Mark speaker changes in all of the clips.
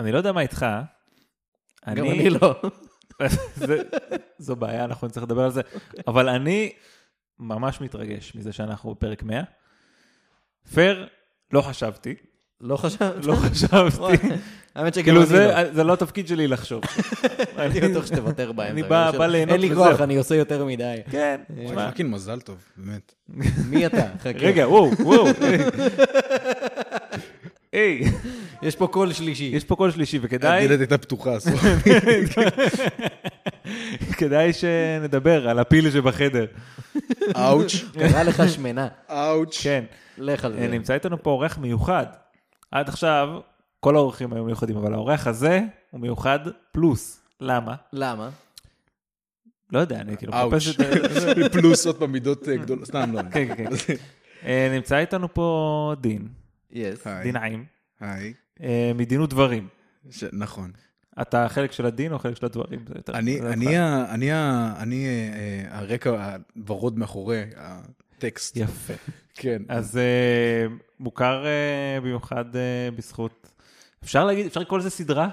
Speaker 1: אני לא יודע מה איתך.
Speaker 2: גם אני לא.
Speaker 1: זה- זו בעיה, אנחנו נצטרך לדבר על זה. אבל אני ממש מתרגש מזה שאנחנו בפרק 100. פייר, לא חשבתי.
Speaker 2: לא חשבתי.
Speaker 1: לא חשבתי.
Speaker 2: האמת שגם
Speaker 1: כאילו
Speaker 2: אני
Speaker 1: זה,
Speaker 2: לא.
Speaker 1: זה לא התפקיד שלי לחשוב.
Speaker 2: אני בטוח שתוותר באמצע.
Speaker 1: אני בא-
Speaker 2: של-
Speaker 1: בא ליהנות
Speaker 2: אין לי
Speaker 1: וזהו.
Speaker 2: כוח, אני עושה יותר מדי.
Speaker 1: כן,
Speaker 2: וואי,
Speaker 1: שמע,
Speaker 3: וואי, פאקינג מזל טוב, באמת.
Speaker 2: מי אתה? חכה.
Speaker 1: רגע, וואו, וואו. היי,
Speaker 2: יש פה קול שלישי.
Speaker 1: יש פה קול שלישי, וכדאי
Speaker 2: אה,
Speaker 3: הדלת הייתה פתוחה, אסור.
Speaker 1: כדאי שנדבר על הפיל שבחדר.
Speaker 3: אאוץ',
Speaker 2: קרא לך שמנה.
Speaker 3: אאוץ'.
Speaker 1: כן.
Speaker 2: לך על זה.
Speaker 1: נמצא איתנו פה אורח מיוחד. עד עכשיו, כל האורחים היו מיוחדים, אבל האורח הזה הוא מיוחד פלוס. למה?
Speaker 2: למה?
Speaker 1: לא יודע, אני כאילו
Speaker 3: אאוץ'.
Speaker 1: מחפש את...
Speaker 3: פלוס עוד פעם מידות אה, גדולות, סתם לא.
Speaker 1: כן, כן, כן. אה, נמצא איתנו פה דין,
Speaker 2: יס.
Speaker 3: היי.
Speaker 1: דין עיים,
Speaker 3: היי.
Speaker 1: אה, מדין ודברים.
Speaker 3: ש- נכון. אתה
Speaker 1: אתה חלק של הדין או חלק של הדברים? זה יותר-
Speaker 3: אני,
Speaker 1: זה
Speaker 3: אני,
Speaker 1: יותר-
Speaker 3: ה- אני, ה- אני, אה, אה, הרקע הוורוד מאחורי הטקסט.
Speaker 1: יפה.
Speaker 3: כן.
Speaker 1: אז אה, מוכר אה, במיוחד אה, בזכות... אפשר להגיד, אפשר לקרוא לזה סדרה?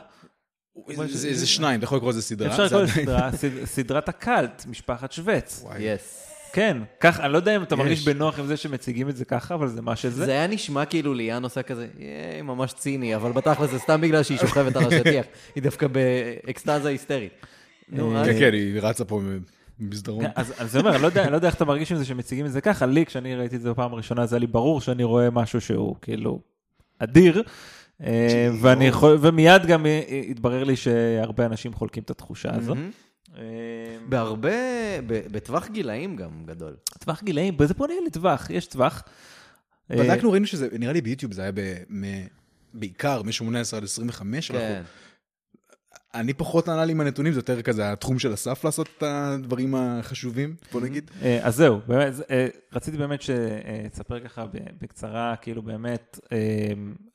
Speaker 3: זה- זה זה שניים, אתה יכול לקרוא לזה סדרה.
Speaker 1: אפשר
Speaker 3: זה
Speaker 1: לקרוא לזה
Speaker 3: עדיין-
Speaker 1: סדרה, סד- סדרת הקאלט, משפחת שווץ.
Speaker 3: וואי.
Speaker 2: יס.
Speaker 1: כן, כך, אני לא יודע אם אתה מרגיש
Speaker 3: יש.
Speaker 1: בנוח עם זה שמציגים את זה ככה, אבל זה מה שזה.
Speaker 2: זה היה נשמע כאילו ליאן עושה כזה, יהיה ממש ציני, אבל בתכל'ס זה סתם בגלל שהיא שוכבת על השטיח. היא דווקא באקסטזה היסטרית.
Speaker 1: אה,
Speaker 2: נו, אז
Speaker 3: כן, כן, היא רצה פה במסדרון.
Speaker 1: כן, אז אז זה אומר, אני לא יודע- אני לא יודע איך אתה מרגיש עם זה שמציגים את זה ככה, לי כשאני ראיתי את זה בפעם הראשונה, זה היה לי ברור שאני רואה משהו שהוא כאילו אדיר, אה, ואני יכול, ומיד גם אה, אה, התברר לי שהרבה אנשים חולקים את התחושה הזו. אה,
Speaker 2: בהרבה, ב- בטווח גילאים גם גדול.
Speaker 1: טווח גילאים, בזה פונה לטווח, יש טווח. אה,
Speaker 3: בדקנו, ראינו שזה, נראה לי ביוטיוב זה היה ב- מ- בעיקר מ-18 עד 25.
Speaker 2: כן.
Speaker 3: אנחנו- אני פחות ענה לי עם הנתונים, זה יותר כזה התחום של אסף לעשות את הדברים החשובים, בוא נגיד.
Speaker 1: אה, אז זהו, באמת, זה, אה, רציתי באמת שתספר ככה ב- בקצרה, כאילו באמת, אה,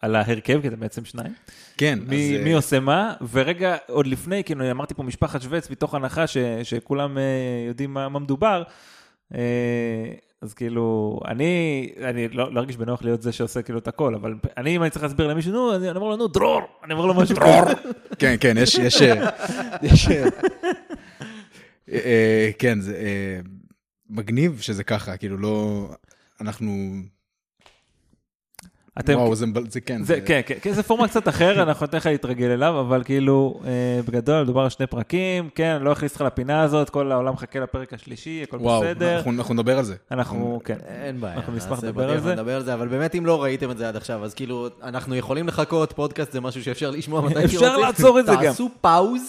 Speaker 1: על ההרכב, כי אתם בעצם שניים.
Speaker 3: כן, אז...
Speaker 1: מי,
Speaker 3: אה,
Speaker 1: מי עושה מה, ורגע, עוד לפני, כאילו, אמרתי פה משפחת שווץ, מתוך הנחה ש, שכולם אה, יודעים מה, מה מדובר, אה, אז כאילו, אני, אני לא, לא ארגיש בנוח להיות זה שעושה כאילו את הכל, אבל אני, אם אני צריך להסביר למישהו, נו, אני, אני אומר לו, נו, דרור, אני אומר לו משהו, דרור.
Speaker 3: כן, כן, יש... יש, אה, יש אה, אה, כן, זה אה, מגניב שזה ככה, כאילו לא... אנחנו...
Speaker 1: אתם,
Speaker 3: וואו, זה מבלבל, זה כן.
Speaker 1: זה, כן, כן, כן, זה פורמט קצת אחר, אנחנו ניתן לך להתרגל אליו, אבל כאילו, אה, בגדול, מדובר על שני פרקים, כן, אני לא אכניס אותך לפינה הזאת, כל העולם מחכה לפרק השלישי, הכל
Speaker 3: וואו,
Speaker 1: בסדר.
Speaker 3: אנחנו- אה, אנחנו נדבר על זה.
Speaker 1: אנחנו, כן.
Speaker 2: אין בעיה.
Speaker 1: אנחנו נשמח
Speaker 2: נעשה
Speaker 1: לדבר על
Speaker 2: בדיוק,
Speaker 1: זה.
Speaker 2: נדבר על זה, אבל באמת, אם לא ראיתם את זה עד עכשיו, אז כאילו, אנחנו יכולים לחכות, פודקאסט זה משהו שאפשר לשמוע מתי שרוצים.
Speaker 1: אפשר לעצור את זה גם.
Speaker 2: תעשו פאוז,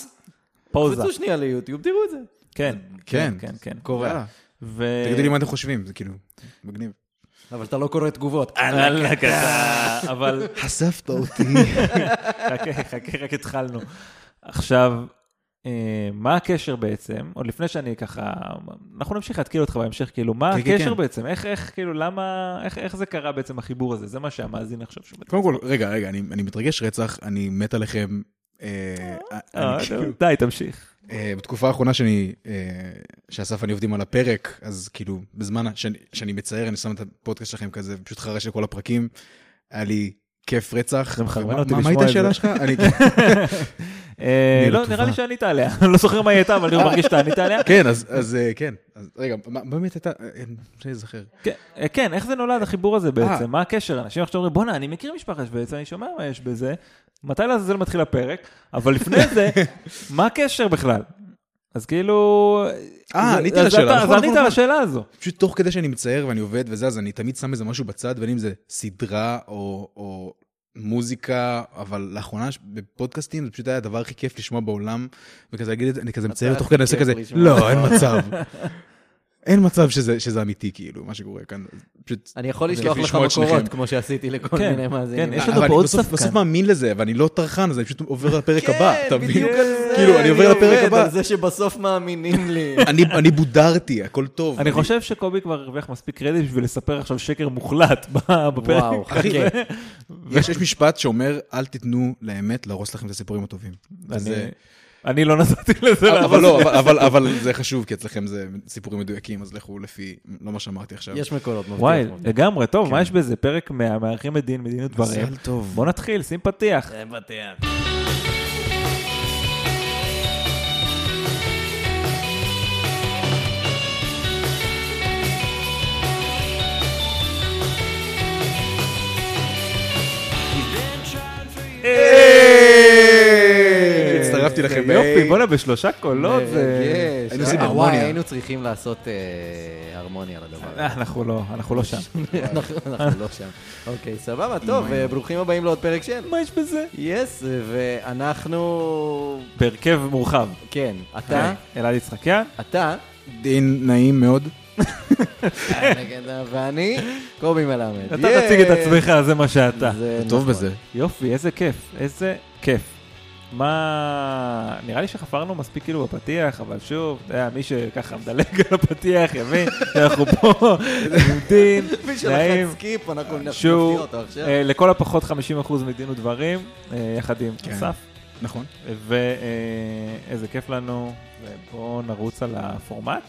Speaker 1: פאוזה.
Speaker 2: קפצו שנייה ליוטיוב, תראו את זה.
Speaker 1: כן, כן,
Speaker 3: כן.
Speaker 1: כן, כן.
Speaker 3: יאללה,
Speaker 2: קורה.
Speaker 1: ו...
Speaker 3: תגידו לי מה אתם חושבים, זה כאילו מגניב.
Speaker 2: אבל אתה לא קורא תגובות.
Speaker 1: אללה קטה, אבל
Speaker 3: חשפת אותי.
Speaker 1: חכה, חכה, רק התחלנו. עכשיו, אה, מה הקשר בעצם, עוד לפני שאני ככה, אנחנו נמשיך להתקיל אותך בהמשך, כאילו, מה
Speaker 3: כן, כן,
Speaker 1: הקשר
Speaker 3: כן.
Speaker 1: בעצם? איך, איך, כאילו, למה, איך- איך זה קרה בעצם החיבור הזה? זה מה שהמאזין עכשיו שומע.
Speaker 3: קודם כל, רגע, רגע, אני אני מתרגש רצח, אני מת עליכם. אה,
Speaker 1: אה,
Speaker 3: אני כאילו-
Speaker 1: טוב, די, תמשיך.
Speaker 3: אה, בתקופה האחרונה שאני, אה, שאסף ואני עובדים על הפרק, אז כאילו, בזמן ה- שאני- שאני מצייר, אני שם את הפודקאסט שלכם כזה, פשוט חרש לכל הפרקים. היה לי כיף רצח.
Speaker 1: זה מחרמן
Speaker 3: ומה-
Speaker 1: אותי
Speaker 3: מה-
Speaker 1: לשמוע את
Speaker 3: מה
Speaker 1: זה.
Speaker 3: הייתה השאלה שלך? אני-
Speaker 1: אה,
Speaker 3: ניר,
Speaker 1: לא,
Speaker 3: טובה.
Speaker 1: נראה לי שענית עליה, אני לא זוכר מה היא הייתה, אבל אני מרגיש שאתה ענית עליה.
Speaker 3: כן, אז- אז אה, כן. אז רגע, מה מה באמת הייתה? אה, אין, שאני אזכר.
Speaker 1: כן, אה, כן, איך זה נולד החיבור הזה בעצם?
Speaker 3: אה.
Speaker 1: מה הקשר? אנשים עכשיו אומרים, בואנה, אני מכיר משפחה שבעצם, אני שומע מה יש בזה, מתי לעזאזל מתחיל הפרק, אבל לפני זה, מה הקשר בכלל? אז כאילו...
Speaker 3: אה,
Speaker 1: זה-
Speaker 3: עניתי
Speaker 1: אז
Speaker 3: לשאלה,
Speaker 1: אתה-
Speaker 3: נכון,
Speaker 1: אז
Speaker 3: נכון,
Speaker 1: ענית
Speaker 3: נכון.
Speaker 1: על השאלה הזו.
Speaker 3: פשוט תוך כדי שאני מצייר ואני עובד וזה, אז אני תמיד שם איזה משהו בצד, בין אם זה סדרה או, או מוזיקה, אבל לאחרונה ש- בפודקאסטים זה פשוט היה הדבר הכי כיף לשמוע בעולם, וכזה להגיד את זה, אני כזה מצייר
Speaker 2: הכי
Speaker 3: תוך כדי, אני עושה
Speaker 2: כיף
Speaker 3: כזה,
Speaker 2: לשמוע
Speaker 3: לא,
Speaker 2: בעולם."
Speaker 3: אין מצב. אין מצב שזה, שזה אמיתי, כאילו, מה שקורה כאן, זה פשוט...
Speaker 2: אני יכול
Speaker 3: זה
Speaker 2: לשלוח
Speaker 3: כיף
Speaker 2: לך
Speaker 3: לשמוע את
Speaker 2: מקורות,
Speaker 3: שניכם.
Speaker 2: כמו שעשיתי לכל
Speaker 1: כן,
Speaker 2: מיני מאזינים.
Speaker 1: כן, יש
Speaker 3: אבל
Speaker 1: לנו פה
Speaker 3: אני
Speaker 1: עוד
Speaker 3: בסוף-
Speaker 1: ספקן.
Speaker 3: בסוף מאמין לזה, ואני לא טרחן, אז אני פשוט עובר לפרק
Speaker 2: כן,
Speaker 3: הבא, אתה מבין?
Speaker 2: בדיוק על זה.
Speaker 3: כאילו, אני עובר לפרק
Speaker 2: אני עובד
Speaker 3: הבא.
Speaker 2: על זה שבסוף מאמינים לי.
Speaker 3: אני, אני בודרתי, הכל טוב.
Speaker 1: אני חושב שקובי כבר הרוויח מספיק קרדיט בשביל לספר עכשיו שקר מוחלט ב- בפרק.
Speaker 2: וואו, חכה.
Speaker 3: יש, יש משפט שאומר, אל תיתנו לאמת להרוס לכם את הסיפורים הטובים.
Speaker 1: אני-
Speaker 3: וזה-
Speaker 1: אני לא נתתי לזה
Speaker 3: אבל
Speaker 1: לעבוד.
Speaker 3: לא, אבל- אבל- אבל זה חשוב, כי אצלכם זה סיפורים מדויקים, אז לכו לפי לא מה שאמרתי עכשיו.
Speaker 2: יש מקולות
Speaker 1: וואי,
Speaker 2: מבטיח.
Speaker 1: לגמרי, טוב, מה יש בזה? פרק מה- מארחים את דין, מדיניות דברים.
Speaker 3: מזל טוב.
Speaker 1: בוא נתחיל, שים פתיח.
Speaker 3: הצטרפתי לכם.
Speaker 1: כן, יופי,
Speaker 3: היי.
Speaker 1: בואנה, בשלושה קולות. זה-
Speaker 2: יש.
Speaker 3: היינו עושים
Speaker 2: אה,
Speaker 3: הרמוניה.
Speaker 2: וואי, היינו צריכים לעשות אה, הרמוניה לדבר הזה.
Speaker 1: אה, אנחנו לא, אנחנו לא שם.
Speaker 2: אנחנו אנחנו לא שם. אוקיי, סבבה, טוב, אה, ברוכים הבאים לעוד פרק של...
Speaker 1: מה יש בזה?
Speaker 2: יס, ואנחנו...
Speaker 1: בהרכב מורחב.
Speaker 2: כן, אתה,
Speaker 1: היי, אוקיי, אלעד יצחקיאן.
Speaker 2: אתה,
Speaker 3: דין נעים מאוד.
Speaker 2: הנגדה ואני, קובי מלמד.
Speaker 1: אתה
Speaker 2: יס.
Speaker 1: תציג את עצמך, זה מה שאתה.
Speaker 2: זה
Speaker 3: טוב
Speaker 2: נכון.
Speaker 3: בזה.
Speaker 1: יופי, איזה כיף, איזה כיף. מה, נראה לי שחפרנו מספיק כאילו בפתיח, אבל שוב, אתה יודע, מי שככה מדלג על הפתיח יבין שאנחנו פה, עומדים,
Speaker 2: מי
Speaker 1: נעים,
Speaker 2: שלחץ סקיפ, אנחנו נפתיע
Speaker 1: שהוא
Speaker 2: אותו עכשיו.
Speaker 1: אה, לכל הפחות 50% מדין ודברים, אה, יחד עם
Speaker 3: כן.
Speaker 1: אסף,
Speaker 3: נכון.
Speaker 1: ואיזה כיף לנו, ובואו נרוץ על הפורמט,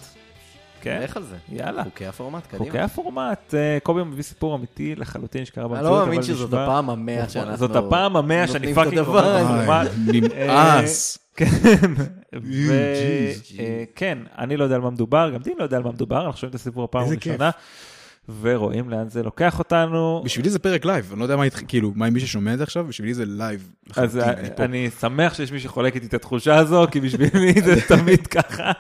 Speaker 1: כן?
Speaker 2: לך על זה.
Speaker 1: יאללה.
Speaker 2: חוקי הפורמט, קדימה.
Speaker 1: חוקי הפורמט, אה, קובי מביא סיפור אמיתי לחלוטין שקרה
Speaker 2: אני
Speaker 1: במציאות,
Speaker 2: לא
Speaker 1: אבל
Speaker 2: מאמין שזאת
Speaker 1: נשמע- נכון,
Speaker 2: הפעם המאה שאנחנו...
Speaker 1: זאת הפעם המאה שאני
Speaker 2: נותנים את
Speaker 1: פאקינג
Speaker 2: הדבר
Speaker 1: אומר את
Speaker 2: הזה.
Speaker 1: זה. מה?
Speaker 3: איי, נמאס.
Speaker 1: כן,
Speaker 3: ג'יז,
Speaker 1: ו- אה, כן, אני לא יודע על מה מדובר, גם דין לא יודע על מה מדובר, אנחנו שומעים את הסיפור הפעם
Speaker 3: איזה כיף.
Speaker 1: הראשונה, ורואים לאן זה לוקח אותנו.
Speaker 3: בשבילי זה פרק לייב, אני לא יודע מה התחיל, כאילו, מה עם מי ששומע את זה עכשיו, בשבילי זה לייב.
Speaker 1: אז אה,
Speaker 3: לחלוטין, אני פה.
Speaker 1: אני שמח שיש מי שחולק איתי את התחושה הזו, כי בשבילי זה תמיד ככה.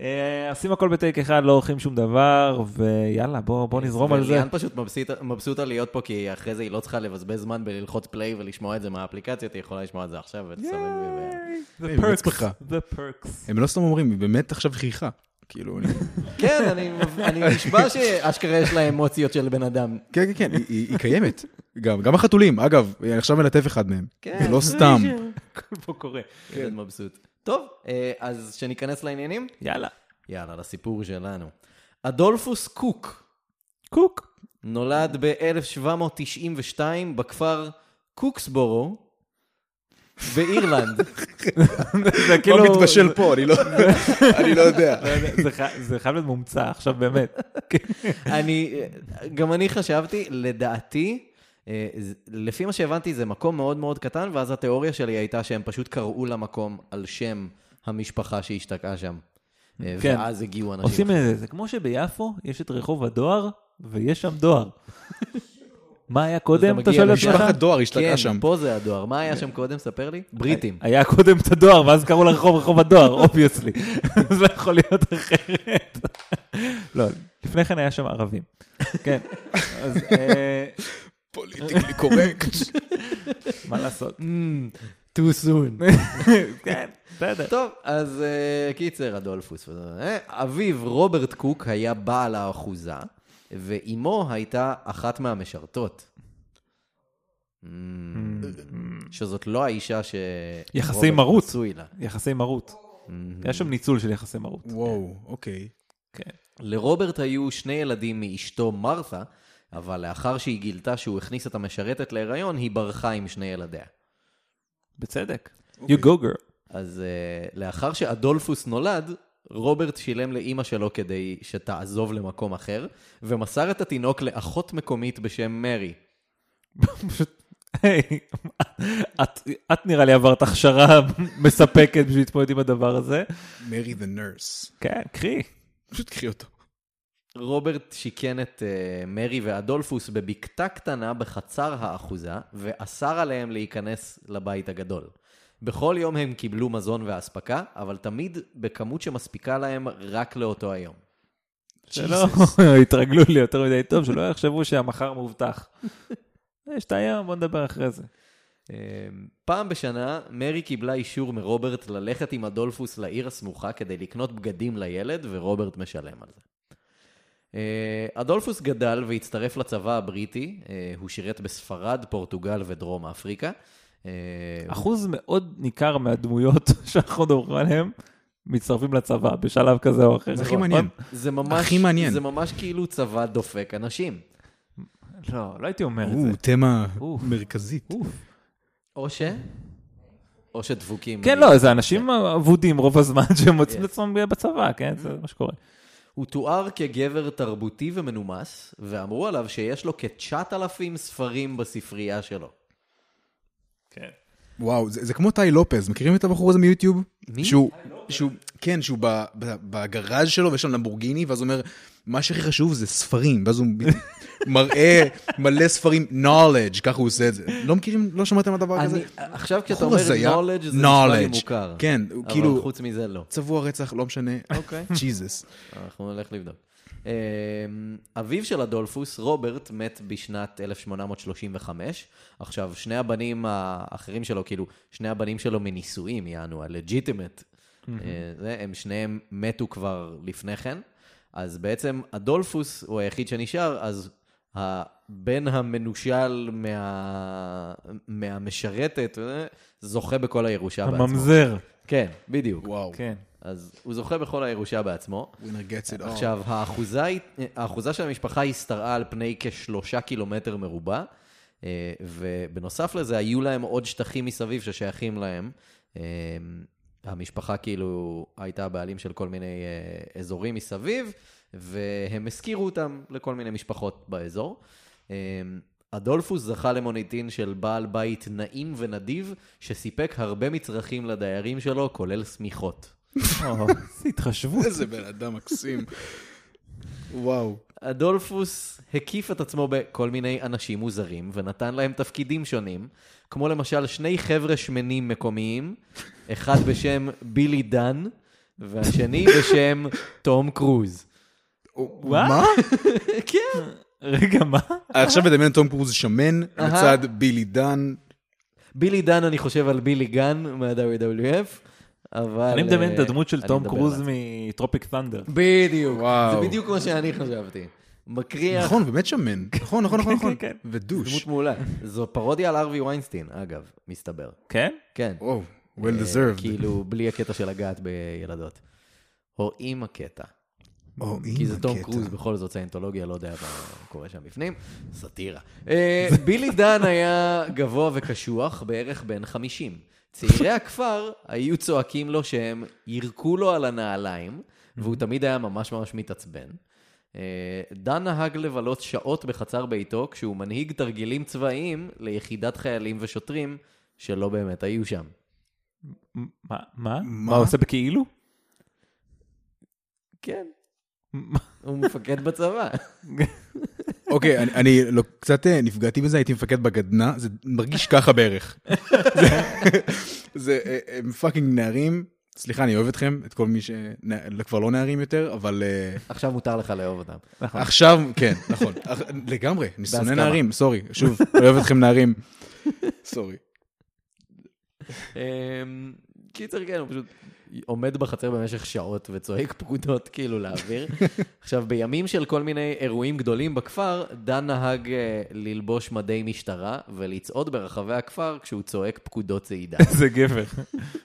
Speaker 1: אה, עושים הכל בטייק אחד, לא עורכים שום דבר, ויאללה, בוא בוא נזרום על זה.
Speaker 2: וליאן פשוט מבסוט- מבסוטה להיות פה, כי אחרי זה היא לא צריכה לבזבז זמן בללחוץ פליי ולשמוע את זה מהאפליקציות, היא יכולה לשמוע את זה עכשיו ותסמן ו-
Speaker 1: The
Speaker 3: אני
Speaker 1: perks,
Speaker 3: מצליחה.
Speaker 1: the perks.
Speaker 3: הם לא סתם אומרים, היא באמת עכשיו חייכה. כאילו, אני-
Speaker 2: כן, אני- אני נשבע שאשכרה יש לה אמוציות של בן אדם.
Speaker 3: כן, כן, כן, היא- היא היא קיימת. גם, גם החתולים, אגב, אני עכשיו מלטף אחד מהם.
Speaker 2: כן,
Speaker 3: זה לא סתם.
Speaker 1: הכל פה קורה.
Speaker 2: ילד מבסוט. טוב, אה, אז שניכנס לעניינים?
Speaker 1: יאללה.
Speaker 2: יאללה, לסיפור שלנו. אדולפוס קוק
Speaker 1: קוק.
Speaker 2: נולד ב-1792 בכפר קוקסבורו באירלנד.
Speaker 1: זה
Speaker 3: מה
Speaker 1: כאילו-
Speaker 3: מתבשל פה, אני לא- אני לא יודע.
Speaker 1: זה חי- זה חייב להיות מומצא עכשיו באמת.
Speaker 2: אני, גם אני חשבתי, לדעתי, אה, ז- לפי מה שהבנתי, זה מקום מאוד מאוד קטן, ואז התיאוריה שלי הייתה שהם פשוט קראו למקום על שם המשפחה שהשתקעה שם. אה,
Speaker 1: כן.
Speaker 2: ואז הגיעו אנשים.
Speaker 1: עושים את זה, זה כמו שביפו יש את רחוב הדואר, ויש שם דואר. מה היה קודם,
Speaker 2: מגיע
Speaker 1: אתה שואל את
Speaker 2: למשפחה
Speaker 1: עצמך?
Speaker 3: משפחת דואר השתקעה
Speaker 2: כן,
Speaker 3: שם.
Speaker 2: פה זה הדואר. מה היה שם קודם? ספר לי. בריטים.
Speaker 1: היה קודם את הדואר, ואז קראו לרחוב רחוב הדואר, אובייסלי. זה לא יכול להיות אחרת. לא, לפני כן היה שם ערבים. כן, אז אה,
Speaker 3: פוליטיקלי קורקט.
Speaker 1: מה לעשות?
Speaker 2: too soon.
Speaker 1: כן, בסדר.
Speaker 2: טוב, אז אה, קיצר, אדולפוס. אה, אביו, רוברט קוק, היה בעל האחוזה, ואימו הייתה אחת מהמשרתות. אמ, שזאת לא האישה ש...
Speaker 1: Mm. יחסי
Speaker 2: רוברט
Speaker 1: מרות.
Speaker 2: נשוי לה.
Speaker 1: יחסי מרות. היה שם ניצול של יחסי מרות.
Speaker 3: וואו, אוקיי.
Speaker 1: כן.
Speaker 2: Mm. לרוברט היו שני ילדים מאשתו מרת'ה, אבל לאחר שהיא גילתה שהוא הכניס את המשרתת להיריון, היא ברחה עם שני ילדיה.
Speaker 1: בצדק. You go girl.
Speaker 2: אז אה, לאחר שאדולפוס נולד, רוברט שילם לאימא שלו כדי שתעזוב למקום אחר, ומסר את התינוק לאחות מקומית בשם מרי.
Speaker 1: פשוט, היי, את- את נראה לי עברת הכשרה מספקת בשביל להתמודד עם הדבר הזה.
Speaker 3: מרי דה נרס.
Speaker 1: כן, קחי.
Speaker 3: פשוט קחי אותו.
Speaker 2: רוברט שיכן את אה, מרי ואדולפוס בבקתה קטנה בחצר האחוזה, ואסר עליהם להיכנס לבית הגדול. בכל יום הם קיבלו מזון ואספקה, אבל תמיד בכמות שמספיקה להם רק לאותו היום.
Speaker 1: שלא התרגלו לי יותר מדי טוב, שלא יחשבו שהמחר מובטח. אה, יש את הים, בוא נדבר אחרי זה.
Speaker 2: אמ, פעם בשנה, מרי קיבלה אישור מרוברט ללכת עם אדולפוס לעיר הסמוכה כדי לקנות בגדים לילד, ורוברט משלם על זה. אה, אדולפוס גדל והצטרף לצבא הבריטי, אה, הוא שירת בספרד, פורטוגל ודרום אפריקה. אה,
Speaker 1: אחוז מאוד ניכר מהדמויות שאנחנו מדברים עליהן, מצטרפים לצבא בשלב כזה או אחר.
Speaker 3: זה הכי מעניין.
Speaker 1: נכון?
Speaker 2: זה ממש,
Speaker 3: הכי מעניין.
Speaker 2: זה ממש כאילו צבא דופק אנשים.
Speaker 1: לא, לא הייתי אומר את זה.
Speaker 3: או, אה, תמה
Speaker 1: אוף.
Speaker 3: מרכזית.
Speaker 1: אוף.
Speaker 2: או ש... או שדפוקים.
Speaker 1: כן, לא, זה אנשים אבודים רוב הזמן שהם מוצאים את עצמם בצבא, כן? זה מה שקורה.
Speaker 2: הוא תואר כגבר תרבותי ומנומס, ואמרו עליו שיש לו כ-9,000 ספרים בספרייה שלו.
Speaker 1: כן.
Speaker 3: וואו, זה, זה כמו טי לופז, מכירים את הבחור הזה מיוטיוב?
Speaker 2: מי?
Speaker 3: שהוא, שהוא, כן, שהוא ב, ב, בגראז' שלו ויש לו למבורגיני, ואז הוא אומר, מה שהכי חשוב זה ספרים, ואז הוא מראה מלא ספרים, knowledge, ככה הוא עושה את זה. לא מכירים, לא שמעתם על דבר
Speaker 2: אני,
Speaker 3: כזה?
Speaker 2: עכשיו כשאתה
Speaker 3: בחור
Speaker 2: אומר
Speaker 3: הזיה.
Speaker 2: knowledge, זה נשמע לי
Speaker 3: knowledge.
Speaker 2: מוכר.
Speaker 3: כן, הוא
Speaker 2: אבל
Speaker 3: כאילו-
Speaker 2: חוץ מזה לא.
Speaker 3: צבוע רצח, לא משנה.
Speaker 1: אוקיי.
Speaker 3: ג'יזוס.
Speaker 2: אנחנו נלך לבדוק. אמ, אביו של אדולפוס, רוברט, מת בשנת 1835. עכשיו, שני הבנים האחרים שלו, כאילו, שני הבנים שלו מנישואים, יענו, הלג'יטימט. הם שניהם מתו כבר לפני כן. אז בעצם אדולפוס הוא היחיד שנשאר, אז הבן המנושל מה... מהמשרתת אה, זוכה בכל הירושה בעצמו.
Speaker 1: הממזר,
Speaker 2: כן, בדיוק.
Speaker 3: וואו.
Speaker 1: כן.
Speaker 2: אז הוא זוכה בכל הירושה בעצמו.
Speaker 3: ווינר גטס איט אול.
Speaker 2: עכשיו, האחוזה, היא- האחוזה של המשפחה השתרעה על פני כשלושה קילומטר מרובע, אה, ובנוסף לזה, היו להם עוד שטחים מסביב ששייכים להם. אה, המשפחה כאילו הייתה הבעלים של כל מיני אה, אזורים מסביב, והם השכירו אותם לכל מיני משפחות באזור. אה, אדולפוס זכה למוניטין של בעל בית נעים ונדיב, שסיפק הרבה מצרכים לדיירים שלו, כולל שמיכות.
Speaker 1: או, איזה התחשבות.
Speaker 3: איזה בן אדם מקסים. וואו.
Speaker 2: אדולפוס הקיף את עצמו בכל מיני אנשים מוזרים ונתן להם תפקידים שונים, כמו למשל שני חבר'ה שמנים מקומיים, אחד בשם בילי דן והשני בשם תום קרוז.
Speaker 3: מה?
Speaker 2: כן.
Speaker 1: רגע, מה?
Speaker 3: עכשיו מדמיין את תום קרוז שמן, לצד בילי דן.
Speaker 2: בילי דן, אני חושב על בילי גן מה-WWF, אבל...
Speaker 1: אני מדמיין את
Speaker 2: אה,
Speaker 1: הדמות של
Speaker 2: אני
Speaker 1: תום
Speaker 2: מדבר
Speaker 1: קרוז
Speaker 2: עליו.
Speaker 1: מטרופיק תנדר.
Speaker 2: בדיוק,
Speaker 3: וואו.
Speaker 2: זה בדיוק מה שאני חשבתי. מקריח,
Speaker 3: נכון, הוא באמת שמן. נכון, נכון, נכון, נכון.
Speaker 1: כן, כן.
Speaker 3: ודוש.
Speaker 2: דמות מעולה. זו פרודיה על ארווי ויינסטין, אגב, מסתבר.
Speaker 1: כן?
Speaker 2: כן.
Speaker 3: וואו, well
Speaker 2: אה,
Speaker 3: deserved.
Speaker 2: כאילו, בלי הקטע של לגעת בילדות. או עם הקטע.
Speaker 3: או,
Speaker 2: כי
Speaker 3: הנה
Speaker 2: זה תום
Speaker 3: הקטע.
Speaker 2: קרוז, בכל זאת סיינטולוגיה, לא יודע מה קורה שם בפנים. סאטירה. אה, בילי דן היה גבוה וקשוח, בערך בן 50. צעירי הכפר היו צועקים לו שהם ירקו לו על הנעליים, והוא תמיד היה ממש ממש מתעצבן. אה, דן נהג לבלות שעות בחצר ביתו כשהוא מנהיג תרגילים צבאיים ליחידת חיילים ושוטרים שלא באמת היו שם.
Speaker 1: מה? מה? מה הוא עושה בכאילו?
Speaker 2: כן.
Speaker 1: מה?
Speaker 2: הוא מפקד בצבא.
Speaker 3: אוקיי, אני- אני לא- קצת אה, נפגעתי מזה, הייתי מפקד בגדנ"ע, זה מרגיש ככה בערך. זה- זה אה, הם פאקינג נערים, סליחה, אני אוהב אתכם, את כל מי ש... נע- לא- כבר לא נערים יותר, אבל אה,
Speaker 2: עכשיו מותר לך לאהוב אותם.
Speaker 3: עכשיו, כן, נכון, אח- לגמרי, אני שונא
Speaker 2: בהסכמה.
Speaker 3: נערים, סורי, שוב, אוהב אתכם נערים, סורי.
Speaker 2: אמ, קיצר, כן, הוא פשוט עומד בחצר במשך שעות וצועק פקודות כאילו לאוויר. עכשיו, בימים של כל מיני אירועים גדולים בכפר, דן נהג אה, ללבוש מדי משטרה ולצעוד ברחבי הכפר כשהוא צועק פקודות צעידה.
Speaker 1: זה גבר.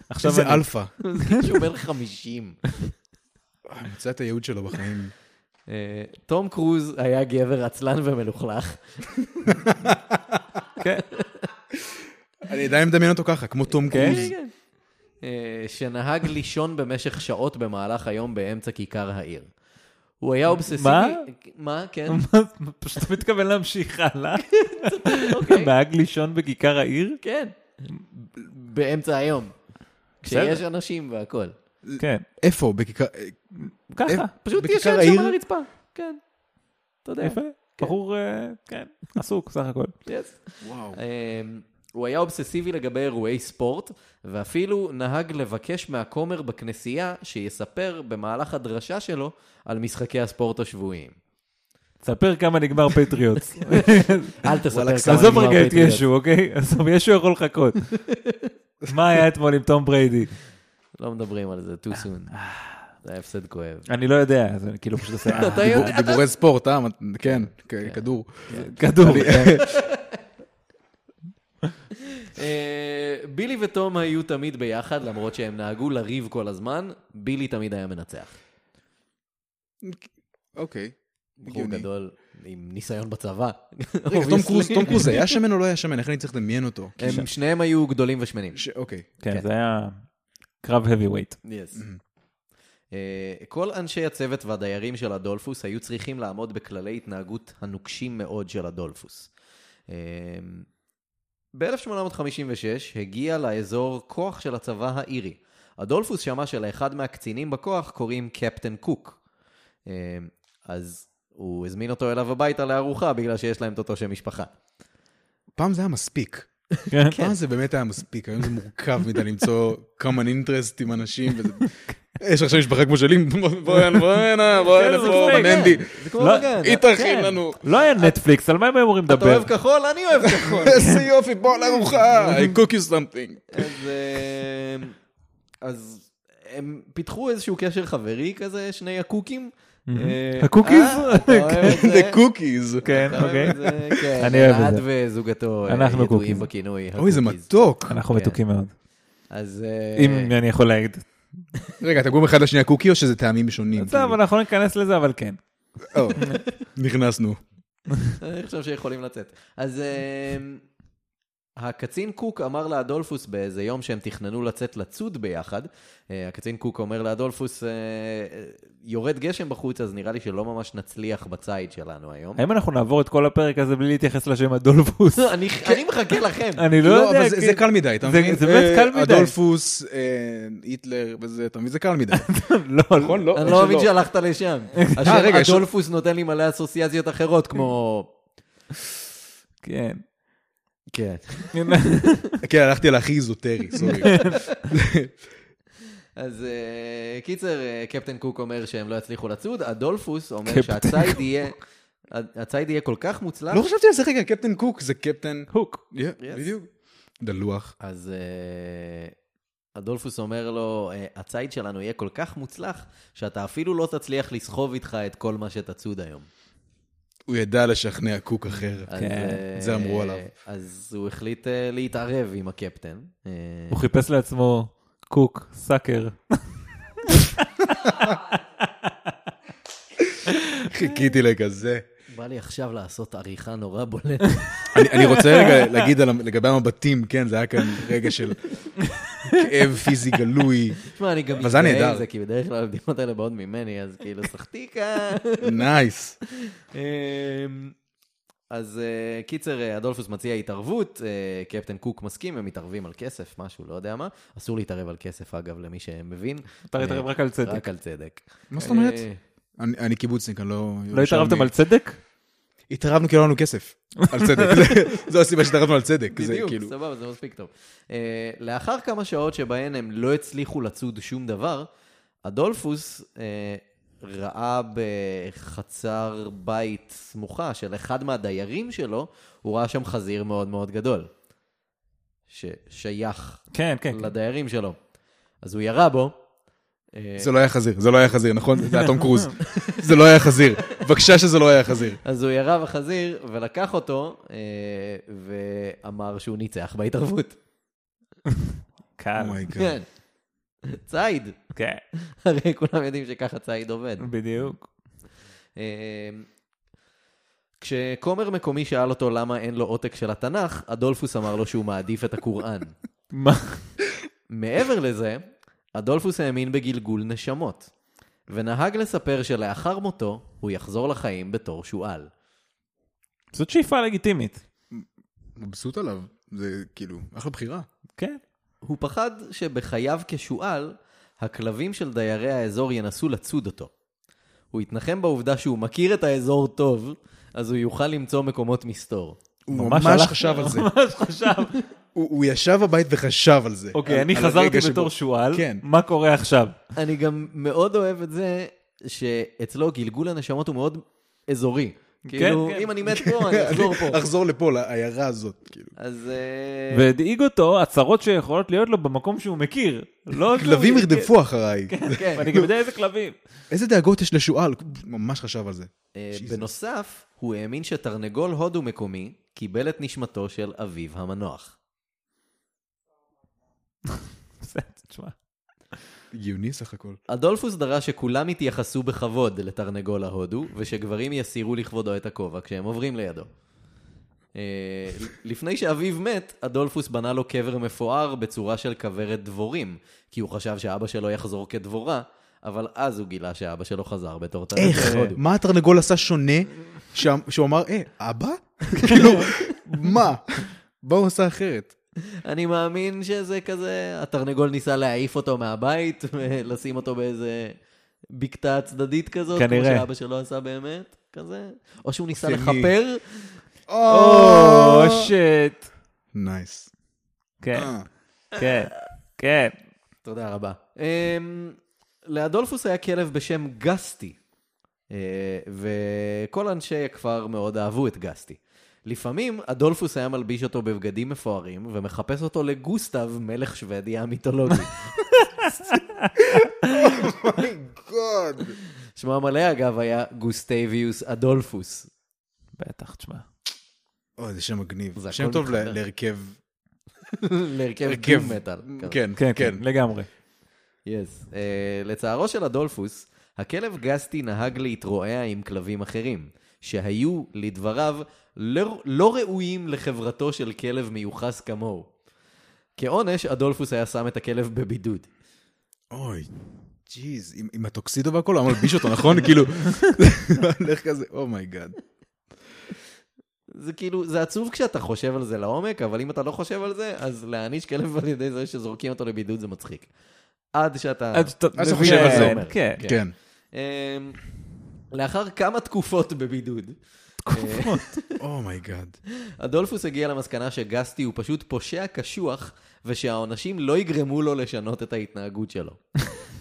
Speaker 1: עכשיו
Speaker 3: איזה
Speaker 1: אני...
Speaker 3: אלפא,
Speaker 2: שהוא בן 50.
Speaker 3: מצא את הייעוד שלו בחיים.
Speaker 2: אה, תום קרוז היה גבר עצלן ומלוכלך.
Speaker 1: כן.
Speaker 3: אני עדיין מדמיין אותו ככה, כמו תום
Speaker 1: כן?
Speaker 3: קרוז.
Speaker 2: אה, שנהג לישון במשך שעות במהלך היום באמצע כיכר העיר. הוא היה אובססיבי...
Speaker 1: מה?
Speaker 2: מה? כן,
Speaker 1: מה- פשוט אתה מתכוון להמשיך הלאה?
Speaker 2: אוקיי.
Speaker 1: נהג לישון בכיכר העיר?
Speaker 2: כן. באמצע היום. כשיש אנשים והכול.
Speaker 1: כן.
Speaker 3: איפה? בכיכר...
Speaker 1: ככה.
Speaker 3: אה,
Speaker 2: פשוט
Speaker 3: בכיכר
Speaker 2: ישן שם
Speaker 3: העיר?
Speaker 2: על הרצפה. כן. אתה יודע.
Speaker 1: יפה. בחור, אה, כן, עסוק סך הכל.
Speaker 2: יס.
Speaker 3: וואו.
Speaker 2: אמ, הוא היה אובססיבי לגבי אירועי ספורט, ואפילו נהג לבקש מהכומר בכנסייה שיספר במהלך הדרשה שלו על משחקי הספורט השבועיים.
Speaker 1: ספר כמה נגמר פטריוטס.
Speaker 2: אל תספר
Speaker 3: וואלה,
Speaker 2: כמה
Speaker 3: כסף.
Speaker 1: עזוב
Speaker 2: נגמר
Speaker 1: רגע את
Speaker 2: פטריוט.
Speaker 1: ישו, אוקיי? עזוב, ישו יכול לחכות. מה היה אתמול עם תום בריידי?
Speaker 2: לא מדברים על זה, too soon. זה היה הפסד כואב.
Speaker 1: אני לא יודע, אז אני כאילו פשוט עושה... אה,
Speaker 2: אתה יודע,
Speaker 3: דיבורי ספורט, אה? כן, כ- כדור.
Speaker 1: כדור.
Speaker 2: אה, בילי ותום היו תמיד ביחד, למרות שהם נהגו לריב כל הזמן, בילי תמיד היה מנצח.
Speaker 3: אוקיי.
Speaker 2: בחור
Speaker 3: הגיוני.
Speaker 2: גדול עם ניסיון בצבא.
Speaker 3: רגע, תום
Speaker 2: obviously.
Speaker 3: קרוז- תום קרוז היה שמן או לא היה שמן? איך אני צריך לדמיין אותו?
Speaker 2: הם שניהם היו גדולים ושמנים.
Speaker 3: ש- אוקיי.
Speaker 1: כן,
Speaker 2: כן.
Speaker 1: זה היה קרב heavy weight.
Speaker 2: Yes. אה, כל אנשי הצוות והדיירים של אדולפוס היו צריכים לעמוד בכללי התנהגות הנוקשים מאוד של אה, אדולפוס. ב-1856 הגיע לאזור כוח של הצבא האירי. אדולפוס שמע שלאחד מהקצינים בכוח קוראים קפטן קוק. אה, אז הוא הזמין אותו אליו הביתה לארוחה בגלל שיש להם את אותו שם משפחה.
Speaker 3: פעם זה היה מספיק.
Speaker 1: כן.
Speaker 3: פעם זה באמת היה מספיק, היום זה מורכב מדי למצוא common interest עם אנשים. וזה- יש עכשיו משפחה כמו שלי, בוא בוא הנה, בוא הנה, בוא
Speaker 1: כן,
Speaker 3: הנה,
Speaker 1: זה
Speaker 3: בוא
Speaker 1: מצחיק,
Speaker 3: הנה, מנדי.
Speaker 2: זה כמו
Speaker 1: לא,
Speaker 2: בגן.
Speaker 3: היא תכין לנו.
Speaker 1: לא היה נטפליקס, על מה הם היו אמורים
Speaker 2: אתה
Speaker 1: לדבר?
Speaker 2: אוהב כחול? אני אוהב כחול.
Speaker 3: איזה יופי, בוא לארוחה, I cook you something.
Speaker 2: אז, אה, אז הם פיתחו איזשהו קשר חברי כזה, שני הקוקים. אה,
Speaker 1: הקוקיז?
Speaker 2: אה, אתה אוהב את זה?
Speaker 3: The cookies.
Speaker 1: כן,
Speaker 2: אתה אוהב
Speaker 1: אוקיי.
Speaker 2: את זה? כן,
Speaker 1: אני אוהב את
Speaker 2: אלעד
Speaker 1: זה.
Speaker 2: וזוגתו אה,
Speaker 1: אנחנו
Speaker 2: ידועים
Speaker 1: קוקיז.
Speaker 2: בכינוי
Speaker 3: אוי, זה
Speaker 2: הקוקיז.
Speaker 3: מתוק.
Speaker 1: אנחנו
Speaker 2: כן.
Speaker 1: מתוקים מאוד.
Speaker 2: אז אה,
Speaker 1: אם אני יכול להגיד.
Speaker 3: רגע, אתה קוראים אחד לשנייה קוקי או שזה טעמים שונים?
Speaker 1: טוב, אבל אנחנו לא ניכנס לזה, אבל כן.
Speaker 3: או, נכנסנו.
Speaker 2: אה, אני חושב שיכולים לצאת. אז אה, הקצין קוק אמר לאדולפוס באיזה יום שהם תכננו לצאת לצוד ביחד, אה, הקצין קוק אומר לאדולפוס, אה, אה, יורד גשם בחוץ, אז נראה לי שלא ממש נצליח בציד שלנו היום.
Speaker 1: האם אנחנו נעבור את כל הפרק הזה בלי להתייחס לשם אדולפוס?
Speaker 2: לא, אני אני מחכה לכם.
Speaker 1: אני לא
Speaker 3: לא,
Speaker 1: יודע.
Speaker 3: אבל זה-
Speaker 1: כי-
Speaker 3: זה קל מדי, אתה
Speaker 1: זה-
Speaker 3: מבין?
Speaker 1: זה באמת
Speaker 3: אה,
Speaker 1: קל מדי.
Speaker 3: אדולפוס, אה, היטלר וזה, אתה מבין? זה קל מדי.
Speaker 1: לא,
Speaker 3: נכון? לא.
Speaker 2: אני
Speaker 3: או
Speaker 2: לא מאמין
Speaker 3: שלא.
Speaker 2: שהלכת לשם.
Speaker 3: אה,
Speaker 2: השם
Speaker 3: רגע, יש-
Speaker 2: אדולפוס נותן לי מלא אסוציאציות אחרות, כמו...
Speaker 1: כן.
Speaker 2: כן.
Speaker 3: כן, הלכתי על הכי איזוטרי, סורי.
Speaker 2: אז אה, קיצר, אה, קפטן קוק אומר שהם לא יצליחו לצוד, אדולפוס אומר
Speaker 1: קפטן
Speaker 2: שהציד יהיה... הציד יהיה כל כך מוצלח,
Speaker 3: לא חשבתי על זה רגע, קפטן קוק זה קפטן...
Speaker 1: הוק.
Speaker 3: Yeah, בדיוק. דלוח.
Speaker 2: אז אה, אדולפוס אומר לו, אה, הציד שלנו יהיה כל כך מוצלח, שאתה אפילו לא תצליח לסחוב איתך את כל מה שתצוד היום.
Speaker 3: הוא ידע לשכנע קוק אחר.
Speaker 2: אז,
Speaker 1: כן,
Speaker 2: אה,
Speaker 3: זה אמרו עליו.
Speaker 2: אז הוא החליט אה, להתערב עם הקפטן. אה,
Speaker 1: הוא חיפש לעצמו קוק, סאקר. אוקיי.
Speaker 3: חיכיתי לכזה.
Speaker 2: בא לי עכשיו לעשות עריכה נורא בולטת.
Speaker 3: אני- אני רוצה רגע להגיד על- לגבי המבטים, כן, זה היה כאן רגע של כאב פיזי גלוי.
Speaker 2: תשמע, אני גם
Speaker 3: אבל זה היה
Speaker 2: מתגאה
Speaker 3: נהדר.
Speaker 2: על זה, כי בדרך כלל הבדיחות האלה באות ממני, אז כאילו, סחטיקה.
Speaker 3: נייס.
Speaker 2: אמ, אז אה, קיצר, אה, אדולפוס מציע התערבות, אה, קפטן קוק מסכים, הם מתערבים על כסף, משהו, לא יודע מה. אסור להתערב על כסף, אגב, למי שמבין.
Speaker 1: אתה התערב
Speaker 2: אה,
Speaker 1: רק על צדק.
Speaker 2: רק על צדק.
Speaker 3: מה זאת אומרת?
Speaker 2: אה,
Speaker 3: אני אני קיבוצניק, אני לא...
Speaker 1: לא התערבתם
Speaker 3: ירושלמי.
Speaker 1: על צדק?
Speaker 3: התערבנו כי לא היה לנו כסף. על צדק. זה- זו הסיבה שהתערבנו על צדק. זה
Speaker 2: בדיוק,
Speaker 3: כאילו-
Speaker 2: סבבה, זה מספיק טוב. אה, לאחר כמה שעות שבהן הם לא הצליחו לצוד שום דבר, אדולפוס אה, ראה בחצר בית סמוכה של אחד מהדיירים שלו, הוא ראה שם חזיר מאוד מאוד גדול, ששייך
Speaker 1: כן, כן. כן.
Speaker 2: לדיירים שלו. אז הוא ירה בו. אה,
Speaker 3: זה לא היה חזיר, זה לא היה חזיר, נכון? זה היה תום קרוז. זה לא היה חזיר. בבקשה שזה לא היה חזיר.
Speaker 2: אז הוא ירה בחזיר ולקח אותו אה, ואמר שהוא ניצח בהתערבות.
Speaker 1: קל.
Speaker 3: אומייגאד.
Speaker 2: כן. ציד.
Speaker 1: כן,
Speaker 2: הרי כולם יודעים שככה ציד עובד.
Speaker 3: כן.
Speaker 1: בדיוק.
Speaker 2: אה, כשכומר מקומי שאל אותו למה אין לו עותק של התנ"ך, אדולפוס אמר לו שהוא מעדיף את הקוראן.
Speaker 1: מה?
Speaker 2: מעבר לזה, אדולפוס האמין בגלגול נשמות, ונהג לספר שלאחר מותו הוא יחזור לחיים בתור שועל.
Speaker 1: זאת שאיפה לגיטימית.
Speaker 3: מבסוט עליו. זה כאילו, אחלה בחירה.
Speaker 1: כן.
Speaker 2: הוא פחד שבחייו כשועל, הכלבים של דיירי האזור ינסו לצוד אותו. הוא התנחם בעובדה שהוא מכיר את האזור טוב, אז הוא יוכל למצוא מקומות מסתור.
Speaker 3: הוא
Speaker 1: ממש
Speaker 3: ממש
Speaker 1: הלך-
Speaker 3: חשב על זה.
Speaker 1: ממש חשב.
Speaker 3: הוא הוא ישב בבית וחשב על זה.
Speaker 1: אוקיי,
Speaker 3: על-
Speaker 1: אני
Speaker 3: על
Speaker 1: חזרתי
Speaker 3: הרגע שבו-
Speaker 1: בתור שועל,
Speaker 3: כן.
Speaker 1: מה קורה עכשיו?
Speaker 2: אני גם מאוד אוהב את זה שאצלו גלגול הנשמות הוא מאוד אזורי. כאילו,
Speaker 1: כן.
Speaker 2: אם אני מת פה, אני אחזור פה.
Speaker 3: אחזור לפה, לעיירה הזאת. כאילו.
Speaker 1: כן,
Speaker 2: אז... אה,
Speaker 1: והדאיג אותו הצרות שיכולות להיות לו במקום שהוא מכיר. לא שהוא-
Speaker 3: כלבים ירדפו אחריי.
Speaker 2: כן.
Speaker 1: ואני גם יודע איזה כלבים.
Speaker 3: איזה דאגות יש לשועל? ממש חשב על זה.
Speaker 2: אה,
Speaker 3: Jesus.
Speaker 2: בנוסף, הוא האמין שתרנגול הודו מקומי קיבל את נשמתו של אביו המנוח.
Speaker 1: בסדר, תשמע.
Speaker 3: הגיוני סך הכל.
Speaker 2: אדולפוס דרש שכולם יתייחסו בכבוד לתרנגול ההודו, ושגברים יסירו לכבודו את הכובע כשהם עוברים לידו. אה, לפני שאביו מת, אדולפוס בנה לו קבר מפואר בצורה של כוורת דבורים, כי הוא חשב שאבא שלו יחזור כדבורה, אבל אז הוא גילה שאבא שלו חזר בתור תרנגול הודו.
Speaker 3: מה התרנגול עשה שונה שה- שהוא אמר, אה, אבא? כאילו, מה? מה הוא עשה אחרת?
Speaker 2: אני מאמין שזה כזה, התרנגול ניסה להעיף אותו מהבית, לשים אותו באיזה בקתה צדדית כזאת,
Speaker 1: כנראה.
Speaker 2: כמו שאבא שלו עשה באמת, כזה, או שהוא ניסה
Speaker 3: אופייני.
Speaker 2: לכפר.
Speaker 3: "אה."
Speaker 1: או, שיט.
Speaker 3: נייס.
Speaker 1: כן,
Speaker 3: אה,
Speaker 1: כן, כן.
Speaker 2: תודה רבה. אמ, לאדולפוס היה כלב בשם גסטי, אה, וכל אנשי הכפר מאוד אהבו את גסטי. לפעמים אדולפוס היה מלביש אותו בבגדים מפוארים ומחפש אותו לגוסטב, מלך שוודיה המיתולוגי.
Speaker 3: גוד.
Speaker 2: שמו המלא אגב היה גוסטייביוס אדולפוס.
Speaker 1: בטח, תשמע.
Speaker 3: אוי, זה שם מגניב.
Speaker 2: זה הכל
Speaker 3: שם טוב ל-
Speaker 2: מתחבר.
Speaker 3: להרכב.
Speaker 2: להרכב
Speaker 3: הרכב.
Speaker 2: דום מטאל.
Speaker 3: כן,
Speaker 1: כן,
Speaker 3: כן.
Speaker 1: כן, לגמרי.
Speaker 2: יס. אה, לצערו של אדולפוס, הכלב גסטי נהג להתרועע עם כלבים אחרים, שהיו, לדבריו, לא, לא ראויים לחברתו של כלב מיוחס כמוהו. כעונש, אדולפוס היה שם את הכלב בבידוד.
Speaker 3: אוי, ג'יז, עם- עם הטוקסידו והכל, הוא היה מלביש אותו, נכון? כאילו, זה הולך כזה, "Oh אומייגאד.
Speaker 2: זה כאילו, זה עצוב כשאתה חושב על זה לעומק, אבל אם אתה לא חושב על זה, אז להעניש כלב על ידי זה שזורקים אותו לבידוד זה מצחיק. עד שאתה...
Speaker 1: אז אתה
Speaker 3: אז אתה חושב על זה.
Speaker 1: מבין, כן.
Speaker 2: כן.
Speaker 3: כן.
Speaker 2: אמ, לאחר כמה תקופות בבידוד,
Speaker 1: תקופות.
Speaker 3: "Oh אומייגאד.
Speaker 2: אדולפוס הגיע למסקנה שגסטי הוא פשוט פושע קשוח, ושהעונשים לא יגרמו לו לשנות את ההתנהגות שלו.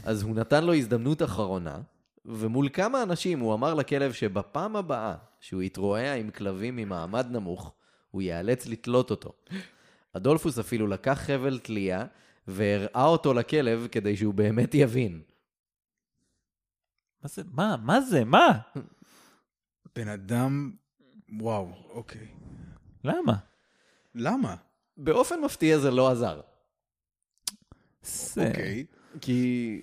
Speaker 2: אז הוא נתן לו הזדמנות אחרונה, ומול כמה אנשים הוא אמר לכלב שבפעם הבאה שהוא יתרועע עם כלבים ממעמד נמוך, הוא ייאלץ לתלות אותו. אדולפוס אפילו לקח חבל תלייה, והראה אותו לכלב כדי שהוא באמת יבין.
Speaker 1: מה זה? מה? מה זה? מה?
Speaker 3: בן אדם, וואו, אוקיי.
Speaker 1: למה?
Speaker 3: למה?
Speaker 2: באופן מפתיע זה לא עזר,
Speaker 1: זה-
Speaker 3: אוקיי.
Speaker 2: כי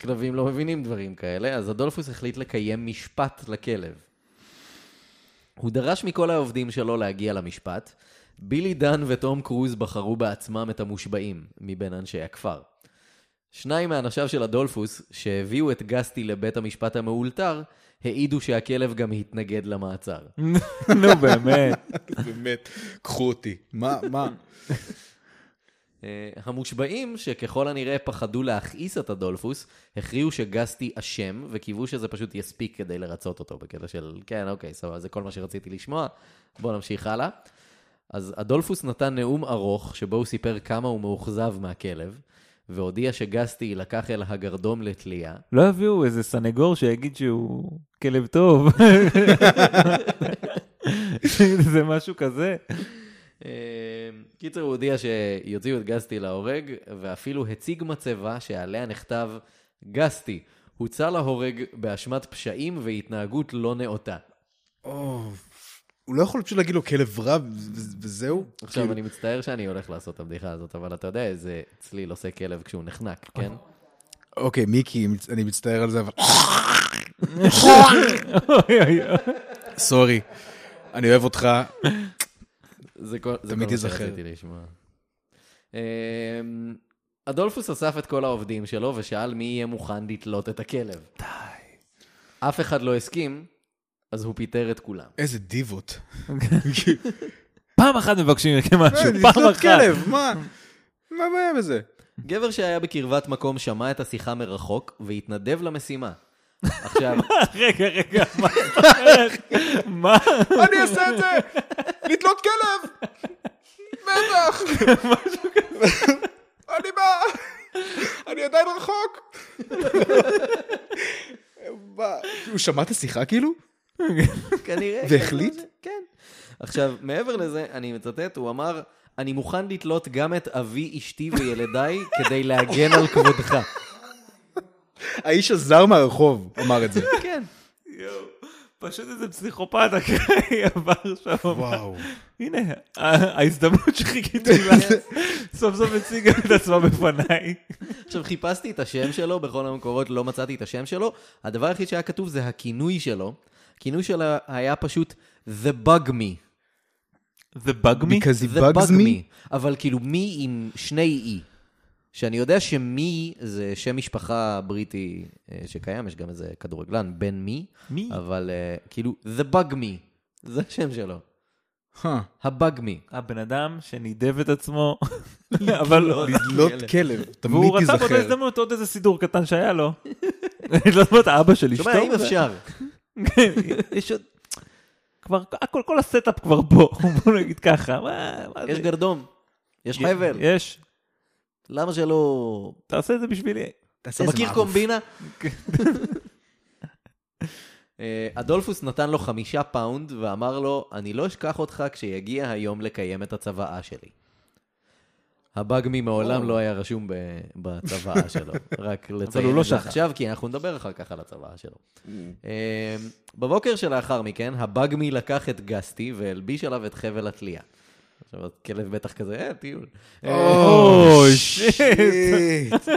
Speaker 2: כלבים לא מבינים דברים כאלה, אז אדולפוס החליט לקיים משפט לכלב. הוא דרש מכל העובדים שלו להגיע למשפט. בילי דן וטום קרוז בחרו בעצמם את המושבעים מבין אנשי הכפר. שניים מאנשיו של אדולפוס, שהביאו את גסטי לבית המשפט המאולתר, העידו שהכלב גם התנגד למעצר.
Speaker 1: נו באמת.
Speaker 3: באמת, קחו אותי. מה, מה?
Speaker 2: אה, המושבעים, שככל הנראה פחדו להכעיס את אדולפוס, הכריעו שגסטי אשם, וקיוו שזה פשוט יספיק כדי לרצות אותו, בקטע של, כן, אוקיי, סבבה, זה כל מה שרציתי לשמוע, בואו נמשיך הלאה. אז אדולפוס נתן נאום ארוך, שבו הוא סיפר כמה הוא מאוכזב מהכלב, והודיע שגסטי יילקח אל הגרדום לתלייה.
Speaker 1: לא יביאו איזה סנגור שיגיד שהוא כלב טוב. זה משהו כזה.
Speaker 2: אה, קיצר, הוא הודיע שיוציאו את גסטי להורג, ואפילו הציג מצבה שעליה נכתב גסטי. הוצא להורג באשמת פשעים והתנהגות לא נאותה.
Speaker 3: או, הוא לא יכול פשוט להגיד לו כלב רע ו- וזהו?
Speaker 2: עכשיו, אני מצטער שאני הולך לעשות את הבדיחה הזאת, אבל אתה יודע איזה צליל עושה כלב כשהוא נחנק, כן?
Speaker 3: אוקיי, מיקי, מצ- אני מצטער על זה, אבל
Speaker 1: אוי, אוי, אוי.
Speaker 3: סורי. אני אוהב אותך.
Speaker 2: זה כל, זה כל
Speaker 3: תמיד
Speaker 2: מה
Speaker 3: תיזכר.
Speaker 2: שרציתי לשמוע. אמ, אדולפוס אסף את כל העובדים שלו ושאל מי יהיה מוכן לתלות את הכלב. די. אף אחד לא הסכים, אז הוא פיטר את כולם.
Speaker 3: איזה דיבות.
Speaker 1: פעם אחת מבקשים מכם משהו, פעם
Speaker 3: לתלות
Speaker 1: אחת.
Speaker 3: כלב, מה? מה הבעיה בזה?
Speaker 2: גבר שהיה בקרבת מקום שמע את השיחה מרחוק והתנדב למשימה. עכשיו,
Speaker 1: רגע, רגע, מה זאת אומרת? מה?
Speaker 3: אני אעשה את זה! לתלות כלב! בטח! אני בא! אני עדיין רחוק! מה? הוא שמע את השיחה כאילו?
Speaker 2: כנראה...
Speaker 3: והחליט?
Speaker 2: כן. עכשיו, מעבר לזה, אני מצטט, הוא אמר, אני מוכן לתלות גם את אבי, אשתי וילדיי כדי להגן על כבודך.
Speaker 3: האיש הזר מהרחוב אמר את זה.
Speaker 2: כן.
Speaker 1: פשוט איזה פסיכופת אקראי עבר שם.
Speaker 3: וואו.
Speaker 1: הנה, ה- ההזדמנות שחיכיתי לה, סוף סוף הציגה את עצמה בפניי.
Speaker 2: עכשיו, חיפשתי את השם שלו, בכל המקורות לא מצאתי את השם שלו. הדבר היחיד שהיה כתוב זה הכינוי שלו. הכינוי שלו היה פשוט The Bug Me.
Speaker 1: זה באג מי?
Speaker 3: Because he
Speaker 2: The Bug
Speaker 3: bugs me.
Speaker 2: Me. אבל כאילו מי עם שני אי. שאני יודע שמי זה שם משפחה בריטי אה, שקיים, יש גם איזה כדורגלן, בן מי.
Speaker 1: מי?
Speaker 2: אבל אה, כאילו, The Bug Me. זה השם שלו.
Speaker 3: Huh.
Speaker 2: הבג מי.
Speaker 1: הבן אדם שנידב את עצמו, אבל לא
Speaker 3: לדלות כלב, תמיד
Speaker 1: והוא רצה באותה
Speaker 3: תיזכר.
Speaker 1: הזדמנות עוד איזה סידור קטן שהיה לו. לא יודעת, אבא של אשתו.
Speaker 2: שומע, אם אפשר.
Speaker 1: יש עוד... כבר, הכל, כל הסטאפ כבר פה, בוא נגיד ככה. מה- מה
Speaker 2: יש
Speaker 1: זה?
Speaker 2: גרדום, יש חבל,
Speaker 1: יש.
Speaker 2: למה שלא...
Speaker 1: תעשה את זה בשבילי.
Speaker 3: תעשה
Speaker 2: תזכיר
Speaker 3: מערוף.
Speaker 2: קומבינה? אה, אדולפוס נתן לו חמישה פאונד ואמר לו, אני לא אשכח אותך כשיגיע היום לקיים את הצוואה שלי. הבגמי מעולם לא היה רשום ב- בצוואה שלו, רק לציין
Speaker 1: לא
Speaker 2: את זה
Speaker 1: שכח.
Speaker 2: עכשיו, כי אנחנו נדבר אחר כך על הצוואה שלו. אה, בבוקר שלאחר מכן, הבגמי לקח את גסטי והלביש עליו את חבל התלייה. עכשיו, הכלב בטח כזה, אה, טיול. אה,
Speaker 1: אוי,
Speaker 3: שיט. Oh,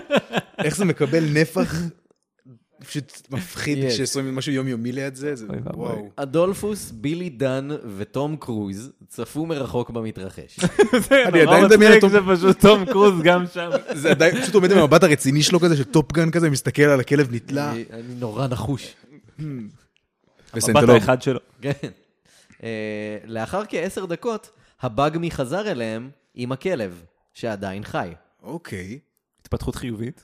Speaker 3: איך זה מקבל נפח פשוט מפחיד
Speaker 2: Yes.
Speaker 3: כשעושים משהו יומיומי ליד זה, זה
Speaker 1: אוי ואבוי.
Speaker 3: וואו.
Speaker 2: אדולפוס, בילי דן ותום קרוז צפו מרחוק במתרחש.
Speaker 3: אני עדיין מדמיין אותו-
Speaker 1: זה פשוט תום קרוז גם שם.
Speaker 3: זה עדיין פשוט עומד עם המבט הרציני שלו כזה של טופגן כזה, מסתכל על הכלב נתלה.
Speaker 1: אה,
Speaker 2: אני אני נורא נחוש.
Speaker 1: הבת
Speaker 3: וסנטולוג.
Speaker 1: האחד שלו.
Speaker 2: כן. אה, לאחר כעשר דקות, הבאגמי חזר אליהם עם הכלב, שעדיין חי.
Speaker 3: אוקיי.
Speaker 1: התפתחות חיובית.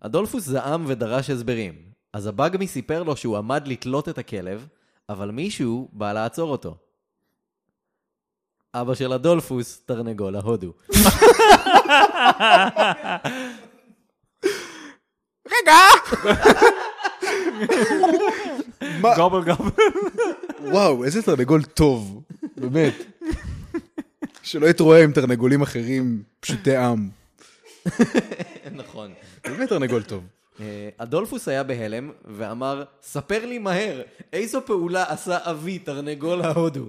Speaker 2: אדולפוס זעם ודרש הסברים, אז הבאגמי סיפר לו שהוא עמד לתלות את הכלב, אבל מישהו בא לעצור אותו. אבא של אדולפוס, תרנגול ההודו.
Speaker 3: מה?
Speaker 1: גובל גובל.
Speaker 3: וואו, איזה תרנגול טוב, באמת. שלא יתרועע עם תרנגולים אחרים, פשוטי עם.
Speaker 2: נכון.
Speaker 3: באמת תרנגול טוב.
Speaker 2: אה, אדולפוס היה בהלם ואמר, ספר לי מהר, איזו פעולה עשה אבי תרנגול ההודו?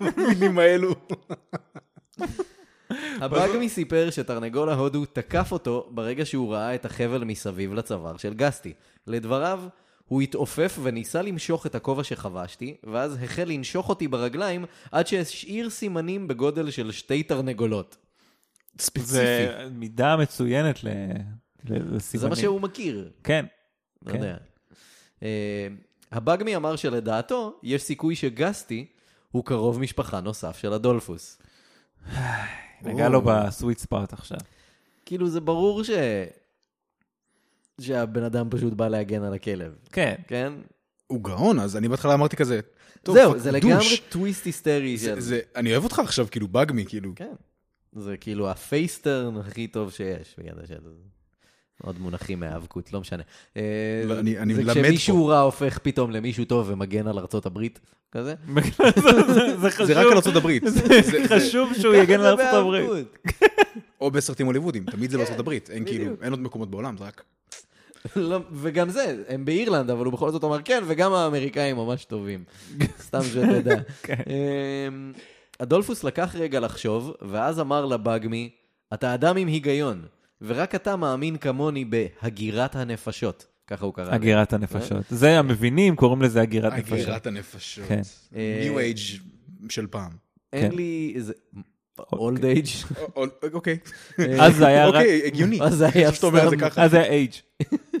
Speaker 3: המילים האלו.
Speaker 2: הבאגמי סיפר שתרנגול ההודו תקף אותו ברגע שהוא ראה את החבל מסביב לצוואר של גסטי. לדבריו, הוא התעופף וניסה למשוך את הכובע שחבשתי, ואז החל לנשוך אותי ברגליים עד שהשאיר סימנים בגודל של שתי תרנגולות.
Speaker 1: זה
Speaker 3: ספציפי.
Speaker 1: מידה מצוינת ל- ל- לסימנים.
Speaker 2: זה מה שהוא מכיר.
Speaker 1: כן.
Speaker 2: לא
Speaker 1: כן.
Speaker 2: יודע. אה, הבגמי אמר שלדעתו, יש סיכוי שגסטי הוא קרוב משפחה נוסף של אדולפוס.
Speaker 1: נגע לו בסוויט ספארט עכשיו.
Speaker 2: כאילו, זה ברור ש... שהבן אדם פשוט בא להגן על הכלב,
Speaker 1: כן.
Speaker 2: כן?
Speaker 3: הוא גאון, אז אני בהתחלה אמרתי כזה, טוב,
Speaker 2: זהו,
Speaker 3: פאק,
Speaker 2: זה
Speaker 3: הוא
Speaker 2: לגמרי
Speaker 3: דוש.
Speaker 2: טוויסט היסטרי של...
Speaker 3: זה- זה- אני אוהב אותך עכשיו, כאילו, בגמי, כאילו.
Speaker 2: כן. זה כאילו הפייסטרן הכי טוב שיש, בגלל ש... עוד מונחים מהאבקות, לא משנה. אה,
Speaker 3: לא, אני- אני
Speaker 2: זה
Speaker 3: מלמד
Speaker 2: כשמישהו רע הופך פתאום למישהו טוב ומגן על ארצות הברית, כזה.
Speaker 1: זה חשוב.
Speaker 3: זה רק על ארצות הברית.
Speaker 1: זה חשוב שהוא יגן
Speaker 2: ככה זה
Speaker 1: לארצות הברית.
Speaker 2: באבקות.
Speaker 3: או בסרטים הוליוודים, תמיד זה בארצות הברית. אין כאילו, אין עוד מקומות בעולם, זה רק...
Speaker 2: לא, וגם זה, הם באירלנד, אבל הוא בכל זאת אמר כן, וגם האמריקאים ממש טובים. סתם שתדע.
Speaker 1: כן.
Speaker 2: אמ, אדולפוס לקח רגע לחשוב, ואז אמר לבגמי, אתה אדם עם היגיון, ורק אתה מאמין כמוני בהגירת הנפשות. ככה הוא קרא לזה.
Speaker 1: הגירת הנפשות.
Speaker 3: אה?
Speaker 1: זה המבינים, קוראים לזה הגירת נפשות.
Speaker 3: הגירת הנפשות.
Speaker 1: כן.
Speaker 2: אה,
Speaker 3: ניו אייג' של פעם.
Speaker 2: אין
Speaker 1: כן.
Speaker 2: לי איזה...
Speaker 1: אוקיי.
Speaker 2: אולד אייג'.
Speaker 3: או- או- אוקיי.
Speaker 1: אז זה היה רק... לא,
Speaker 3: אוקיי, הגיוני.
Speaker 2: אז זה היה
Speaker 3: עכשיו שאתה אומר את זה
Speaker 2: סתם.
Speaker 3: ככה,
Speaker 1: אז זה היה אייג'.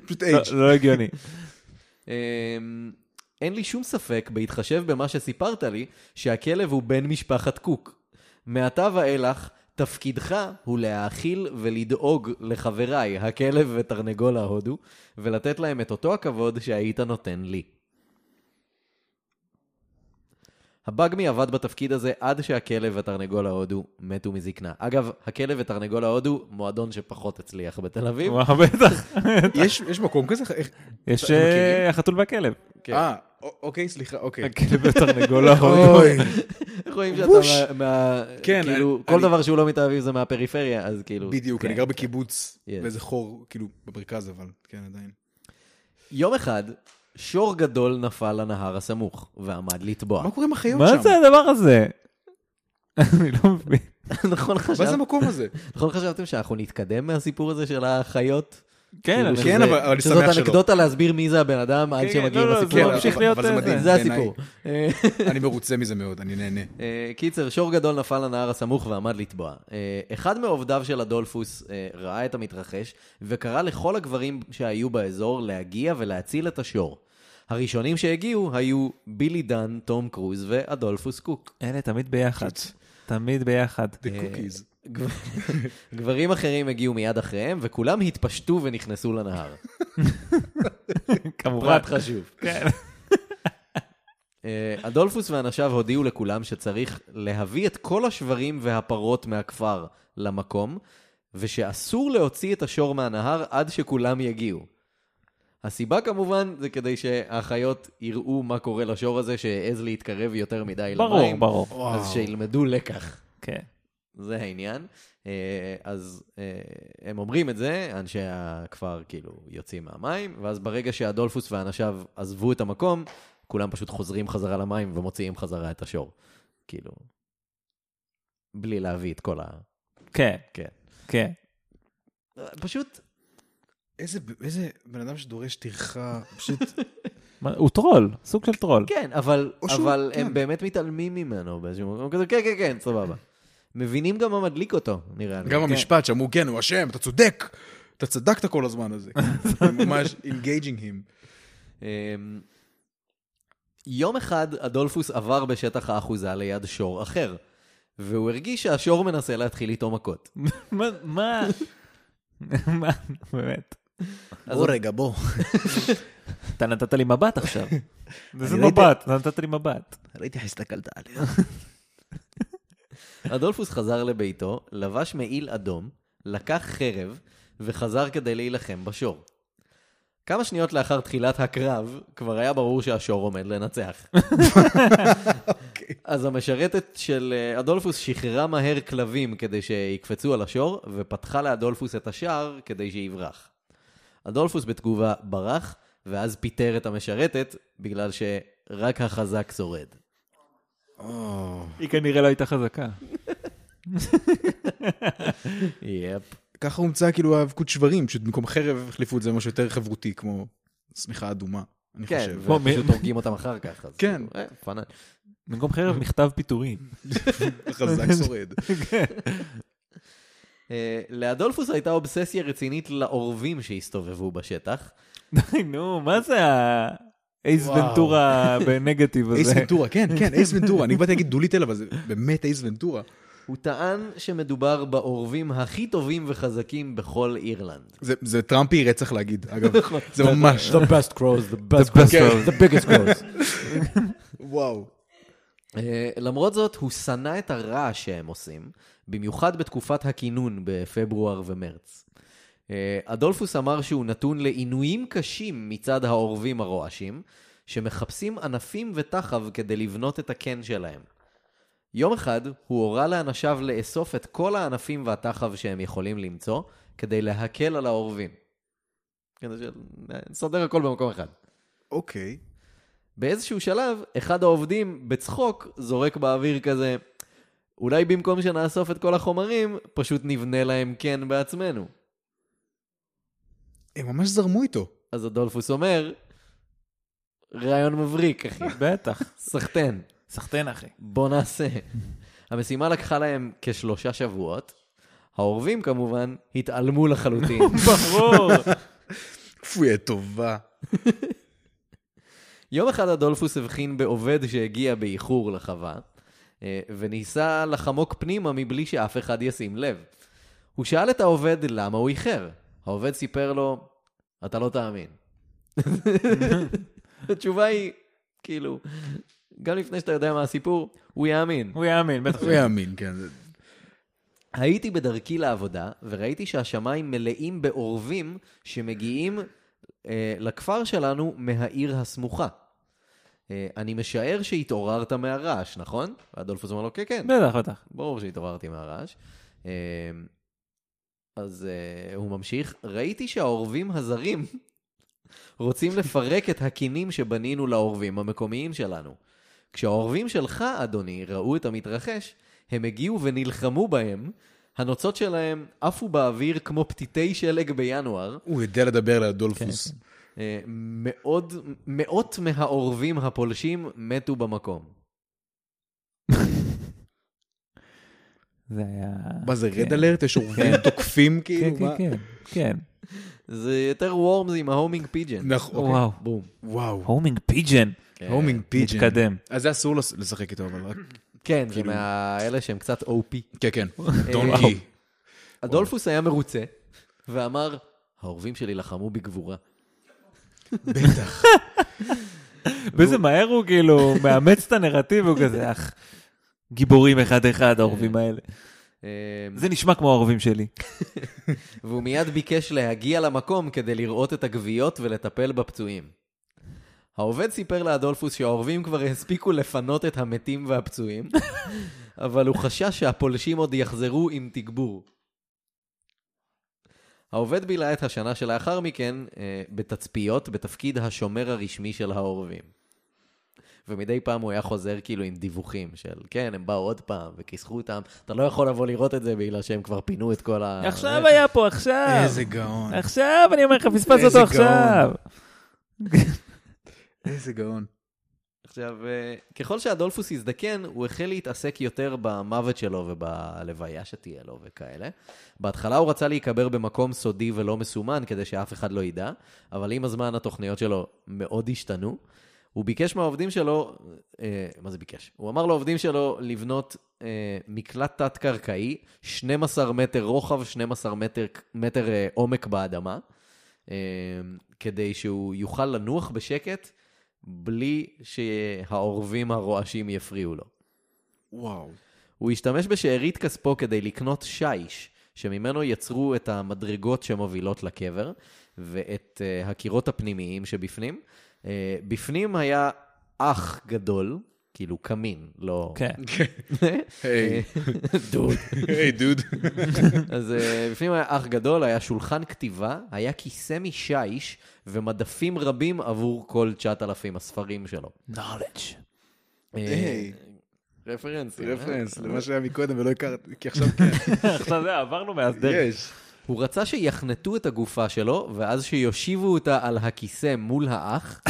Speaker 3: פשוט אה,
Speaker 1: לא-
Speaker 3: אייג'.
Speaker 1: לא הגיוני.
Speaker 2: אמ, אין לי שום ספק, בהתחשב במה שסיפרת לי, שהכלב הוא בן משפחת קוק. מעתה ואילך, תפקידך הוא להאכיל ולדאוג לחבריי, הכלב ותרנגול ההודו, ולתת להם את אותו הכבוד שהיית נותן לי. הבגמי עבד בתפקיד הזה עד שהכלב ותרנגול ההודו מתו מזקנה. אגב, הכלב ותרנגול ההודו, מועדון שפחות הצליח בתל אביב.
Speaker 1: וואו, בטח.
Speaker 3: יש יש מקום כזה? איך-
Speaker 1: יש
Speaker 3: אתם מכירים?
Speaker 1: אה, החתול והכלב.
Speaker 2: כן.
Speaker 3: אה, א- אוקיי, סליחה, אוקיי.
Speaker 1: הכלב ותרנגול ההודו.
Speaker 3: אוי,
Speaker 2: איך רואים שאתה
Speaker 3: בוש.
Speaker 2: מה... מה
Speaker 3: כן,
Speaker 2: כאילו,
Speaker 3: אני-
Speaker 2: כל
Speaker 3: אני-
Speaker 2: דבר שהוא לא מתל אביב זה מהפריפריה, אז כאילו...
Speaker 3: בדיוק,
Speaker 1: כן,
Speaker 3: אני גר בקיבוץ,
Speaker 2: Yes.
Speaker 3: באיזה חור, כאילו, במרכז, אבל, כן, עדיין.
Speaker 2: יום אחד, שור גדול נפל לנהר הסמוך, ועמד לטבוע.
Speaker 3: מה קורה עם החיות שם?
Speaker 1: מה זה הדבר הזה? אני לא מבין.
Speaker 3: כן,
Speaker 2: נכון
Speaker 3: מה זה
Speaker 2: חשבת-
Speaker 3: המקום הזה?
Speaker 2: נכון חשבתם שאנחנו נתקדם מהסיפור הזה של החיות?
Speaker 1: כן,
Speaker 2: כאילו
Speaker 1: אני-
Speaker 3: כן,
Speaker 2: שזה-
Speaker 3: אבל- אבל אני
Speaker 2: שזאת
Speaker 3: שמח שלא.
Speaker 2: אנקדוטה להסביר מי זה הבן אדם עד
Speaker 1: כן,
Speaker 2: שמגיעים
Speaker 1: לא, לא,
Speaker 2: לסיפור.
Speaker 1: זה ממשיך
Speaker 3: אבל-
Speaker 1: להיות
Speaker 3: אבל זה
Speaker 1: זה.
Speaker 3: מדהים
Speaker 2: זה
Speaker 3: בעיניי.
Speaker 2: הסיפור.
Speaker 3: אני מרוצה מזה מאוד, אני נהנה.
Speaker 2: אה, קיצר, שור גדול נפל לנהר הסמוך ועמד לטבוע. אה, אחד מעובדיו של אדולפוס אה, ראה את המתרחש, וקרא לכל הגברים שהיו באזור להגיע ולהציל את השור. הראשונים שהגיעו היו בילי דן, תום קרוז ואדולפוס קוק. אה,
Speaker 1: אלה תמיד ביחד. תמיד ביחד.
Speaker 3: The cookies.
Speaker 2: גב- גברים אחרים הגיעו מיד אחריהם, וכולם התפשטו ונכנסו לנהר.
Speaker 1: כמובן.
Speaker 2: פרט חשוב.
Speaker 1: כן.
Speaker 2: אה, אדולפוס ואנשיו הודיעו לכולם שצריך להביא את כל השברים והפרות מהכפר למקום, ושאסור להוציא את השור מהנהר עד שכולם יגיעו. הסיבה כמובן זה כדי שהחיות יראו מה קורה לשור הזה שהעז להתקרב יותר מדי
Speaker 1: ברור,
Speaker 2: למים,
Speaker 1: ברור.
Speaker 2: אז שילמדו לקח.
Speaker 1: כן.
Speaker 3: אוקיי.
Speaker 2: זה העניין. אה, אז אה, הם אומרים את זה, אנשי הכפר כאילו יוצאים מהמים, ואז ברגע שאדולפוס ואנשיו עזבו את המקום, כולם פשוט חוזרים חזרה למים ומוציאים חזרה את השור. כאילו, בלי להביא את כל ה...
Speaker 1: כן.
Speaker 2: כן.
Speaker 1: כן.
Speaker 2: פשוט,
Speaker 3: איזה- איזה בן אדם שדורש טרחה, פשוט...
Speaker 1: מה, הוא טרול, סוג של טרול.
Speaker 2: כן, אבל,
Speaker 3: או שהוא-
Speaker 2: אבל
Speaker 3: כן.
Speaker 2: הם באמת מתעלמים ממנו באיזשהו מקום כזה, כן, כן, כן, סבבה. מבינים גם מה מדליק אותו, נראה לי.
Speaker 3: גם המשפט שאמרו, כן, הוא אשם, אתה צודק, אתה צדקת כל הזמן הזה. ממש engaging him.
Speaker 2: אמ, יום אחד אדולפוס עבר בשטח האחוזה ליד שור אחר, והוא הרגיש שהשור מנסה להתחיל איתו מכות.
Speaker 1: מה? מה? מה? באמת.
Speaker 2: אז הוא-
Speaker 3: רגע, בוא.
Speaker 1: אתה נתת לי מבט עכשיו. איזה
Speaker 3: ראיתי-
Speaker 1: מבט, אתה לא נתת לי מבט.
Speaker 3: ראיתי איך הסתכלת עליה.
Speaker 2: אדולפוס חזר לביתו, לבש מעיל אדום, לקח חרב, וחזר כדי להילחם בשור. כמה שניות לאחר תחילת הקרב, כבר היה ברור שהשור עומד לנצח. אז המשרתת של אה, אדולפוס שחררה מהר כלבים כדי שיקפצו על השור, ופתחה לאדולפוס את השער כדי שיברח. אדולפוס בתגובה ברח, ואז פיטר את המשרתת, בגלל שרק החזק שורד.
Speaker 3: אה,
Speaker 1: היא כנראה לא הייתה חזקה.
Speaker 2: יפ.
Speaker 3: ככה הומצא כאילו האבקות שברים, פשוט במקום חרב החליפו את זה למשהו יותר חברותי, כמו שמיכה אדומה, אני
Speaker 2: כן,
Speaker 3: חושב.
Speaker 1: בוא, מי-
Speaker 2: ופשוט הורגים אותם אחר כך. אז
Speaker 3: כן.
Speaker 2: כאילו, אה, פאנל.
Speaker 1: במקום חרב, מכתב פיטורים.
Speaker 3: חזק שורד.
Speaker 1: כן.
Speaker 2: אה, לאדולפוס הייתה אובססיה רצינית לעורבים שהסתובבו בשטח.
Speaker 1: די, נו, מה זה ה... אייס
Speaker 3: וואו.
Speaker 1: ונטורה בנגטיב
Speaker 3: אייס
Speaker 1: הזה?
Speaker 3: ונטורה, כן, כן, אייס ונטורה. אני באתי להגיד דוליטל, אבל זה באמת אייס ונטורה.
Speaker 2: הוא טען שמדובר בעורבים הכי טובים וחזקים בכל אירלנד.
Speaker 3: זה- זה טראמפי רצח להגיד, אגב. זה ממש.
Speaker 2: The best crows, the best
Speaker 1: best
Speaker 2: crows,
Speaker 1: crows.
Speaker 2: the biggest crows.
Speaker 3: וואו.
Speaker 2: אה, למרות זאת, הוא שנא את הרעש שהם עושים, במיוחד בתקופת הכינון בפברואר ומרץ. אה, אדולפוס אמר שהוא נתון לעינויים קשים מצד העורבים הרועשים, שמחפשים ענפים ותחב כדי לבנות את הקן שלהם. יום אחד, הוא הורה לאנשיו לאסוף את כל הענפים והתחב שהם יכולים למצוא, כדי להקל על כן, העורבים. כדי שנסדר הכל במקום אחד.
Speaker 3: אוקיי.
Speaker 2: באיזשהו שלב, אחד העובדים, בצחוק, זורק באוויר כזה, אולי במקום שנאסוף את כל החומרים, פשוט נבנה להם כן בעצמנו.
Speaker 3: הם ממש זרמו איתו.
Speaker 2: אז אדולפוס אומר, רעיון מבריק, אחי,
Speaker 1: בטח.
Speaker 2: סחטיין,
Speaker 1: סחטיין, אחי.
Speaker 2: בוא נעשה. המשימה לקחה להם כשלושה שבועות. העורבים כמובן התעלמו לחלוטין.
Speaker 1: ברור.
Speaker 3: כפויה טובה.
Speaker 2: יום אחד אדולפוס הבחין בעובד שהגיע באיחור לחווה, אה, וניסה לחמוק פנימה מבלי שאף אחד ישים לב. הוא שאל את העובד למה הוא איחר. העובד סיפר לו, אתה לא תאמין. התשובה היא, כאילו, גם לפני שאתה יודע מה הסיפור, הוא יאמין.
Speaker 1: הוא יאמין, בטח.
Speaker 3: הוא יאמין, כן. זה-
Speaker 2: הייתי בדרכי לעבודה, וראיתי שהשמיים מלאים בעורבים שמגיעים אה, לכפר שלנו מהעיר הסמוכה. אה, אני משער שהתעוררת מהרעש, נכון? ואדולפוס אומר לו, כן, כן,
Speaker 1: בטח, בטח.
Speaker 2: ברור שהתעוררתי מהרעש. אה, אז אה, הוא ממשיך, ראיתי שהעורבים הזרים רוצים לפרק את הקינים שבנינו לאורבים המקומיים שלנו. כשהאורבים שלך, אדוני, ראו את המתרחש, הם הגיעו ונלחמו בהם, הנוצות שלהם עפו באוויר כמו פתיתי שלג בינואר,
Speaker 3: הוא יודע לדבר
Speaker 1: כן,
Speaker 3: לאדולפוס.
Speaker 2: אה, מאוד, מאות מהאורבים הפולשים מתו במקום.
Speaker 1: זה היה...
Speaker 3: מה זה, רד
Speaker 1: כן.
Speaker 3: אלרט? יש אורחים תוקפים
Speaker 1: כן,
Speaker 3: כאילו?
Speaker 1: כן,
Speaker 3: מה?
Speaker 1: כן, כן.
Speaker 2: זה יותר וורמס עם ההומינג פיג'ן.
Speaker 3: נכון, אוקיי.
Speaker 1: וואו.
Speaker 2: בום.
Speaker 3: וואו,
Speaker 1: הומינג פיג'ן.
Speaker 3: הומינג פיג'ן.
Speaker 1: מתקדם.
Speaker 3: אז זה אסור לש- לשחק איתו, אבל רק...
Speaker 2: כן, זה
Speaker 3: כאילו-
Speaker 2: מהאלה שהם קצת OP.
Speaker 3: כן, כן.
Speaker 1: אה,
Speaker 3: דונקי.
Speaker 2: אדולפוס היה מרוצה, ואמר, האורבים שלי לחמו בגבורה.
Speaker 3: בטח.
Speaker 1: וזה מהר הוא כאילו מאמץ את הנרטיב, הוא כזה, אך, גיבורים אחד-אחד, האורבים האלה.
Speaker 2: אה,
Speaker 1: זה נשמע כמו האורבים שלי.
Speaker 2: והוא מיד ביקש להגיע למקום כדי לראות את הגוויות ולטפל בפצועים. העובד סיפר לאדולפוס שהאורבים כבר הספיקו לפנות את המתים והפצועים, אבל הוא חשש שהפולשים עוד יחזרו עם תגבור. העובד בילה את השנה שלאחר מכן אה, בתצפיות בתפקיד השומר הרשמי של העורבים. ומדי פעם הוא היה חוזר כאילו עם דיווחים של כן, הם באו עוד פעם וכיסחו אותם, אתה לא יכול לבוא לראות את זה בגלל שהם כבר פינו את כל ה...
Speaker 1: אה, עכשיו היה פה, עכשיו.
Speaker 3: איזה גאון.
Speaker 1: עכשיו, אני אומר לך, פספס
Speaker 3: איזה
Speaker 1: אותו
Speaker 3: גאון.
Speaker 1: עכשיו.
Speaker 3: איזה גאון.
Speaker 2: עכשיו, אה, ככל שאדולפוס הזדקן, הוא החל להתעסק יותר במוות שלו ובלוויה שתהיה לו וכאלה. בהתחלה הוא רצה להיקבר במקום סודי ולא מסומן, כדי שאף אחד לא ידע, אבל עם הזמן התוכניות שלו מאוד השתנו. הוא ביקש מהעובדים שלו, אה, מה זה ביקש? הוא אמר לעובדים שלו לבנות אה, מקלט תת-קרקעי, 12 מטר רוחב, 12 מטר, מטר אה, עומק באדמה, אה, כדי שהוא יוכל לנוח בשקט בלי שהעורבים הרועשים יפריעו לו.
Speaker 3: וואו.
Speaker 2: הוא השתמש בשארית כספו כדי לקנות שיש, שממנו יצרו את המדרגות שמובילות לקבר, ואת uh, הקירות הפנימיים שבפנים. Uh, בפנים היה אח גדול, כאילו קמין, לא...
Speaker 1: כן. אה.
Speaker 3: היי,
Speaker 2: דוד.
Speaker 3: היי דוד.
Speaker 2: אז אה, בפנים היה אח גדול, היה שולחן כתיבה, היה כיסא משיש ומדפים רבים עבור כל 9,000 הספרים שלו.
Speaker 1: knowledge.
Speaker 2: אה,
Speaker 3: היי.
Speaker 2: רפרנס. אה?
Speaker 3: רפרנס למה שהיה מקודם ולא הכרתי, כי עכשיו כן,
Speaker 1: עכשיו זה, עברנו מאז דרך.
Speaker 3: יש.
Speaker 2: הוא רצה שיחנטו את הגופה שלו, ואז שיושיבו אותה על הכיסא מול האח,